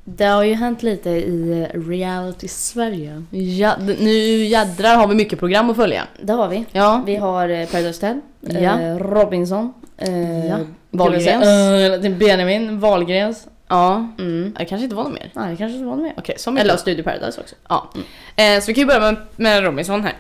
Speaker 2: Det har ju hänt lite i eh, reality Sverige.
Speaker 1: Ja, d- nu jädrar har vi mycket program att följa.
Speaker 2: Det har vi.
Speaker 1: Ja.
Speaker 2: Vi har eh, Paradise Hotel, eh,
Speaker 1: Ja.
Speaker 2: Robinson, eh,
Speaker 1: Ja.
Speaker 2: Wahlgrens.
Speaker 1: Wahlgrens.
Speaker 2: Eh, det är Benjamin, Wahlgrens.
Speaker 1: Ja.
Speaker 2: Mm.
Speaker 1: Det kanske inte var något mer.
Speaker 2: Nej, det kanske inte var något mer.
Speaker 1: Okej, så mycket.
Speaker 2: Eller Studio Paradise också.
Speaker 1: Ja. Eh, så vi kan ju börja med, med Robinson här.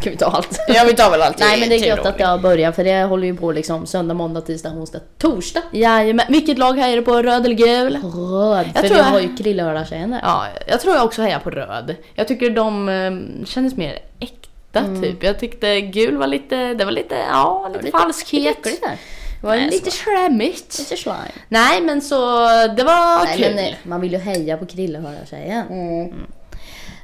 Speaker 2: Ska vi ta allt?
Speaker 1: Ja vi tar väl allt
Speaker 2: Nej men det
Speaker 3: Typ
Speaker 2: är gött att det har börjat för det håller ju på liksom söndag, måndag, tisdag, onsdag, torsdag.
Speaker 1: Jajamän, vilket lag hejar du på? Röd eller gul?
Speaker 2: Röd. för
Speaker 1: tror
Speaker 2: vi
Speaker 1: jag-
Speaker 2: har ju krillhörda tjejen där.
Speaker 1: Ja, jag tror jag också hejar på röd. Jag tycker de eh, kändes mer äkta
Speaker 3: hitta typ. Jag tyckte gul var lite, det var lite, ja, lite, falskhet.
Speaker 2: Mm. Lite äckligt där.
Speaker 3: det var
Speaker 2: Nej,
Speaker 3: lite
Speaker 2: så.
Speaker 3: skämmigt.
Speaker 2: Lite slime.
Speaker 3: Nej men så det var
Speaker 2: Nej,
Speaker 3: kul.
Speaker 2: men, eh, nej, man vill ju heja på Krille höra tjejen. Mm.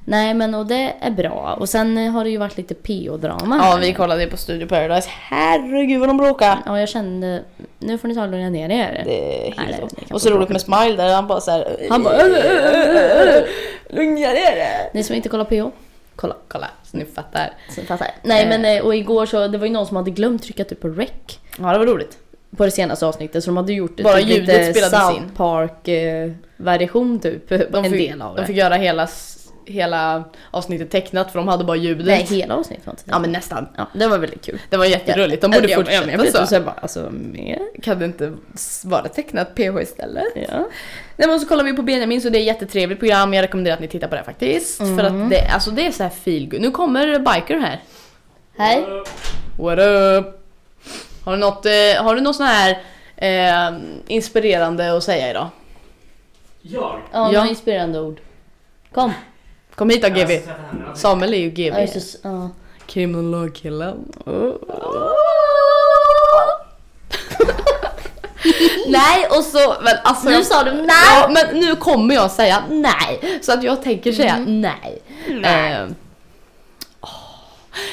Speaker 2: Nej men och det är bra. Och sen eh, har det ju varit lite PO-drama.
Speaker 3: Ja
Speaker 2: här
Speaker 3: vi
Speaker 2: nu.
Speaker 3: kollade ju på Studio Paradise. Herregud vad de bråkade.
Speaker 2: ja, jag kände, nu får ni ta och lugna ner er.
Speaker 3: Det är
Speaker 2: Nej,
Speaker 3: helt
Speaker 2: det-
Speaker 3: otroligt.
Speaker 2: det kan
Speaker 3: Och så
Speaker 2: få
Speaker 3: roligt med Smile där Mm. han bara såhär...
Speaker 2: Han bara, "Äh,
Speaker 3: Lugna ner dig!
Speaker 2: Ni som inte kollar PO, kolla.
Speaker 3: Kolla, så ni fattar.
Speaker 2: Så ni fattar. Nej men eh, och igår så, det var ju någon som hade glömt trycka typ på rec.
Speaker 3: Ja det var roligt.
Speaker 2: På det senaste avsnittet så de hade gjort
Speaker 3: Bara
Speaker 2: typ
Speaker 3: ljudet
Speaker 2: lite
Speaker 3: spelades
Speaker 2: South
Speaker 3: in. eh,
Speaker 2: Park-version typ.
Speaker 3: De
Speaker 2: en
Speaker 3: fick,
Speaker 2: del av det.
Speaker 3: de fick göra hela, s- hela avsnittet tecknat för de hade bara ljudet.
Speaker 2: Nej, hela avsnittet var inte
Speaker 3: Ja men nästan.
Speaker 2: ja, det var väldigt kul.
Speaker 3: Det var jätterulligt, de borde fortsätta
Speaker 2: så.
Speaker 3: så.
Speaker 2: bara, alltså mer?
Speaker 3: Kan det inte s- vara tecknat PH istället?
Speaker 2: Ja.
Speaker 3: Nej men så kollar vi på Benjamin så det är ett jättetrevligt program, jag rekommenderar att ni tittar på det här faktiskt. För
Speaker 2: Mm.
Speaker 3: att det, alltså det är så här feel good. Nu kommer Biker här.
Speaker 2: Hej.
Speaker 3: What up? Har du något, eh, har du något sån här eh, inspirerande att säga idag?
Speaker 4: Jag?
Speaker 2: Ja,
Speaker 3: Ja.
Speaker 2: några inspirerande ord. Kom.
Speaker 3: Kom hit då
Speaker 4: Jag
Speaker 3: GV.
Speaker 4: ska träffa henne.
Speaker 3: Samuel är ju
Speaker 2: Ja,
Speaker 3: GV.
Speaker 2: just, det, s- ja.
Speaker 3: Kriminalkillen. Nej och så, men alltså.
Speaker 2: Nu
Speaker 3: jag-
Speaker 2: sa du nej!
Speaker 3: Ja, men nu kommer jag säga nej. Så att jag tänker säga
Speaker 2: Mm.
Speaker 3: nej. Nej. Eh, åh.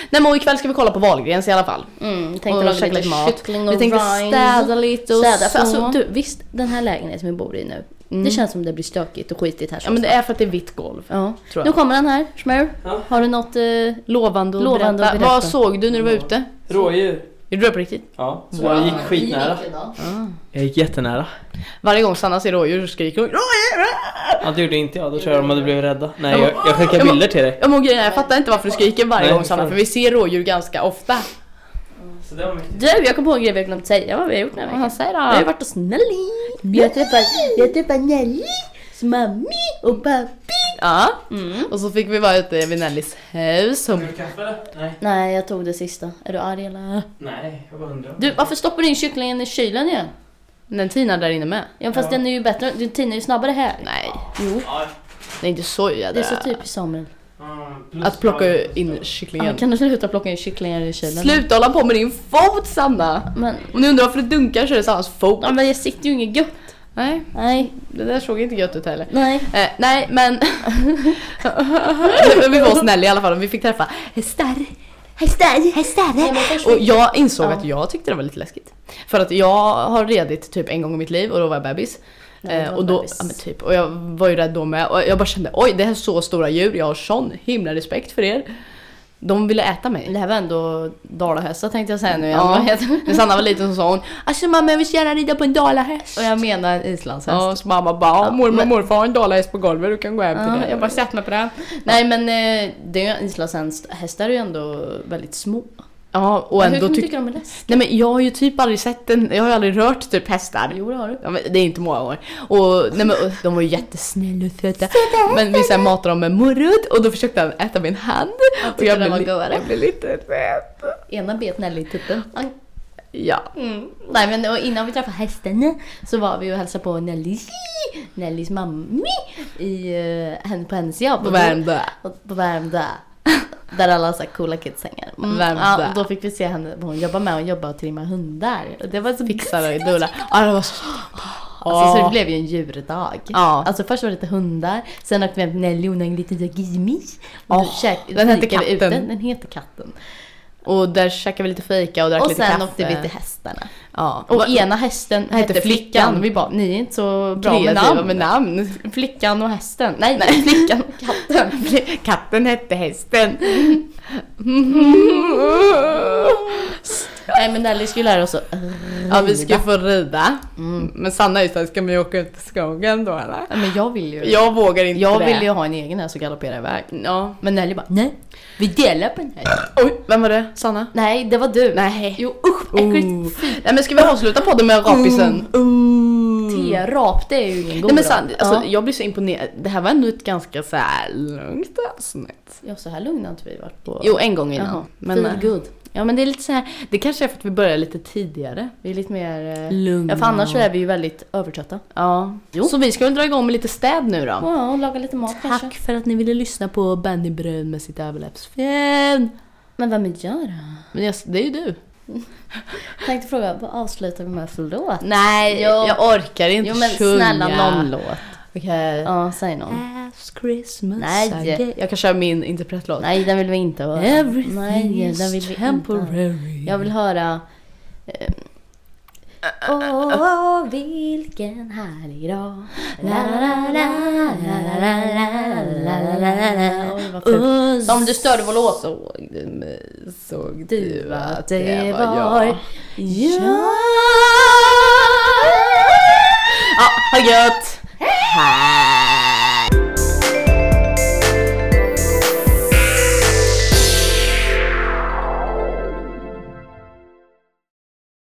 Speaker 3: Nej men och ikväll ska vi kolla på Wahlgrens i alla fall.
Speaker 2: Mm,
Speaker 3: Och
Speaker 2: tänkte laga
Speaker 3: käka
Speaker 2: lite
Speaker 3: lite
Speaker 2: kyckling och
Speaker 3: Vi tänkte
Speaker 2: rice.
Speaker 3: städa lite och
Speaker 2: städa.
Speaker 3: så.
Speaker 2: För alltså, du, visst, den här lägenheten vi bor i nu. Det känns som det blir stökigt och skitigt här.
Speaker 3: Ja men det är för att det är vitt golv.
Speaker 2: ja.
Speaker 3: tror jag.
Speaker 2: Nu kommer den här, Smör.
Speaker 4: Ja.
Speaker 2: Har du något... Eh,
Speaker 3: Lovande att
Speaker 2: Lovande att
Speaker 3: berätta.
Speaker 2: berätta.
Speaker 3: Vad såg du när du var ute?
Speaker 4: Rådjur.
Speaker 3: Gjorde du det på riktigt?
Speaker 4: Ja, så jag gick skitnära.
Speaker 3: Ah.
Speaker 4: Jag gick jättenära.
Speaker 3: Varje gång Sanna ser rådjur så skriker hon rådjur!
Speaker 4: Ja, det gjorde inte jag. Då tror jag de hade blivit rädda. Nej, jag, jag skickar bilder till dig.
Speaker 3: Ja men grejen är, jag fattar inte varför du skriker varje
Speaker 4: Nej,
Speaker 3: gång Sanna
Speaker 4: förstår.
Speaker 3: för vi ser rådjur ganska ofta.
Speaker 4: Så det var mycket.
Speaker 2: Du, jag kom på en grej vi har glömt säga vad vi har gjort den här veckan.
Speaker 3: säg
Speaker 2: Jag har ju
Speaker 3: då.
Speaker 2: varit hos Nelly. Jag träffade, jag träffade Nellys mammi och pappi.
Speaker 3: Ja.
Speaker 2: Mm.
Speaker 3: Och så fick vi eh, vara ute vid Nellys hus. Hon...
Speaker 4: du kaffe eller? Nej.
Speaker 2: Nej, jag tog det sista. Är du arg eller?
Speaker 4: Nej, jag bara undrar.
Speaker 2: Du, varför stoppar du in kycklingen i kylen igen?
Speaker 3: Den tinar där inne med.
Speaker 2: Ja, fast
Speaker 4: Ja.
Speaker 2: den är ju bättre. Den tinar ju snabbare här.
Speaker 3: Nej,
Speaker 2: Jo,
Speaker 4: Ja,
Speaker 3: det är inte så jädra...
Speaker 2: det är så typiskt Samuel.
Speaker 4: mm, plus-
Speaker 3: Att plocka in kycklingen.
Speaker 2: Ja, kan du sluta plocka in kycklingar i kylen?
Speaker 3: Sluta hålla på med din fot Sanna!
Speaker 2: Men,
Speaker 3: Om ni undrar varför det dunkar så är det Sannas fot.
Speaker 2: ja, men jag sitter ju inget gött.
Speaker 3: Nej,
Speaker 2: Nej,
Speaker 3: det där såg inte gött ut heller.
Speaker 2: nej.
Speaker 3: Eh, nej men... vi var snälla i alla fall och vi fick träffa hästar.
Speaker 2: Hästar, hästar.
Speaker 3: Och jag insåg
Speaker 2: Ja.
Speaker 3: att jag tyckte det var lite läskigt. För att jag har redit typ en gång i mitt liv och då var jag bebis.
Speaker 2: Ja, du
Speaker 3: Eh,
Speaker 2: var
Speaker 3: och, då,
Speaker 2: bebis.
Speaker 3: ja, men typ, och jag var ju rädd då med. Och jag bara kände oj det här är så stora djur, jag har sån himla respekt för er. De ville äta mig.
Speaker 2: Det här var ändå dalahästar tänkte jag säga nu igen.
Speaker 3: Ja.
Speaker 2: Vad heter det?
Speaker 3: När Sanna var liten så sa hon Alltså mamma jag vill så gärna rida på en dalahäst.
Speaker 2: Och jag menar islandshäst.
Speaker 3: Ja, så mamma bara ja, mormor och morfar har en dalahäst på golvet du kan gå hem till
Speaker 2: Ja.
Speaker 3: det. Jag bara sätt mig på den.
Speaker 2: Nej men eh, det är ju islandshäst. Hästar är ju ändå väldigt små.
Speaker 3: Ja och
Speaker 2: Men
Speaker 3: ändå
Speaker 2: Hur
Speaker 3: tyck-
Speaker 2: tycker de är läskiga?
Speaker 3: Nej men jag har ju typ aldrig sett en, jag har ju aldrig rört typ hästar.
Speaker 2: Jo det har du.
Speaker 3: Ja, men det är inte många år. Och, nej, men, och de var ju jättesnälla och söta. Men vi sen matade dem med morot och då försökte han äta min hand. Och
Speaker 2: tyckte den var
Speaker 3: li-
Speaker 2: godare.
Speaker 3: jag blev lite rädd.
Speaker 2: Ena bet Nelly i tutten.
Speaker 3: Ja.
Speaker 2: Mm. Nej men och innan vi träffade hästen så var vi och hälsade på Nelly, Nellys mamma i, eh, henne på hennes jobb.
Speaker 3: På Värmdö.
Speaker 2: Och På Värmdö. Där alla så här coola kids hänger.
Speaker 3: Värmdö.
Speaker 2: Ja, och då fick vi se henne, vad hon jobbar med, hon jobbar och trimmar hundar. Och det var så
Speaker 3: Fixade och dulla. Ja det var så
Speaker 2: Alltså, så det
Speaker 3: Ja.
Speaker 2: blev ju en djurdag.
Speaker 3: Ja.
Speaker 2: Alltså först var det lite hundar, sen åkte vi hem till Nelly och hon hade en liten gimmi. Och
Speaker 3: Åh,
Speaker 2: då käk-
Speaker 3: den hette
Speaker 2: fikade vi ut
Speaker 3: Katten.
Speaker 2: Den, den heter katten.
Speaker 3: Och där käkade vi lite fika och drack
Speaker 2: Och
Speaker 3: lite
Speaker 2: sen
Speaker 3: kaffe.
Speaker 2: åkte vi till hästarna.
Speaker 3: Ja.
Speaker 2: Och
Speaker 3: Och en
Speaker 2: ena hästen
Speaker 3: hette
Speaker 2: hette
Speaker 3: Flickan.
Speaker 2: Flickan. Vi bara, ni är inte så bra med namn.
Speaker 3: med namn.
Speaker 2: Flickan och hästen. Nej, Nej. Flickan och katten.
Speaker 3: Katten hette hästen.
Speaker 2: Nej men Nelly skulle lära oss att
Speaker 3: Ja vi ska få rida. Men Sanna är ju såhär, ska man ju åka ut i skogen då eller?
Speaker 2: Nej, men jag vill ju.
Speaker 3: Jag vågar inte
Speaker 2: jag
Speaker 3: det.
Speaker 2: vill ju ha en egen häst och galoppera iväg.
Speaker 3: Ja.
Speaker 2: Men Nelly bara, nej. Vi delar på den här.
Speaker 3: Oj, vem var det? Sanna?
Speaker 2: Nej, det var du.
Speaker 3: Nej.
Speaker 2: Jo usch, äckligt.
Speaker 3: Äckligt. Nej men ska vi avsluta podden med rapisen?
Speaker 2: Oh,
Speaker 3: Mm.
Speaker 2: T-rap, det är ju ingen god
Speaker 3: Nej men
Speaker 2: rap.
Speaker 3: sant, alltså,
Speaker 2: ja.
Speaker 3: jag blir så imponerad. Det här var ändå ett ganska så här lugnt avsnitt.
Speaker 2: ja, så här lugna har inte vi varit på.
Speaker 3: Jo en gång innan.
Speaker 2: Jaha. eh,
Speaker 3: Men,
Speaker 2: Feel good.
Speaker 3: ja men det är lite så här. det kanske är för att vi börjar lite tidigare.
Speaker 2: Vi är lite mer... eh,
Speaker 3: Lugna.
Speaker 2: Ja, för annars så är vi ju väldigt övertrötta.
Speaker 3: Ja. Så vi ska väl dra igång med lite städ nu då.
Speaker 2: Ja, och laga lite mat kanske.
Speaker 3: Tack för att ni ville lyssna på Benny Brun med sitt överläppsfjäll.
Speaker 2: Men vem är jag då?
Speaker 3: Men jag, det är ju du.
Speaker 2: Tänkte fråga, vad avslutar vi med för låt?
Speaker 3: Nej,
Speaker 2: jag-
Speaker 3: jag orkar inte
Speaker 2: Jo men
Speaker 3: sjunga.
Speaker 2: snälla någon låt. Mm.
Speaker 3: Okej.
Speaker 2: Ja, säg någon.
Speaker 3: Last Christmas
Speaker 2: Nej.
Speaker 3: I gave- Jag kan köra min interpretlåt.
Speaker 2: Nej, den vill vi inte höra.
Speaker 3: Everything
Speaker 2: Nej, den vill
Speaker 3: is
Speaker 2: vi inte höra.
Speaker 3: temporary.
Speaker 2: Jag vill höra... ehm, Åh, vilken härlig dag. La, la, la, la, la, la, la, la, la, la. Oj,
Speaker 3: Typ.
Speaker 2: vad fint.
Speaker 3: Ös-
Speaker 2: Om du störde vår låt.
Speaker 3: Såg du mig, såg
Speaker 2: Du att det var jag.
Speaker 3: Ja, ha det gött! Hej!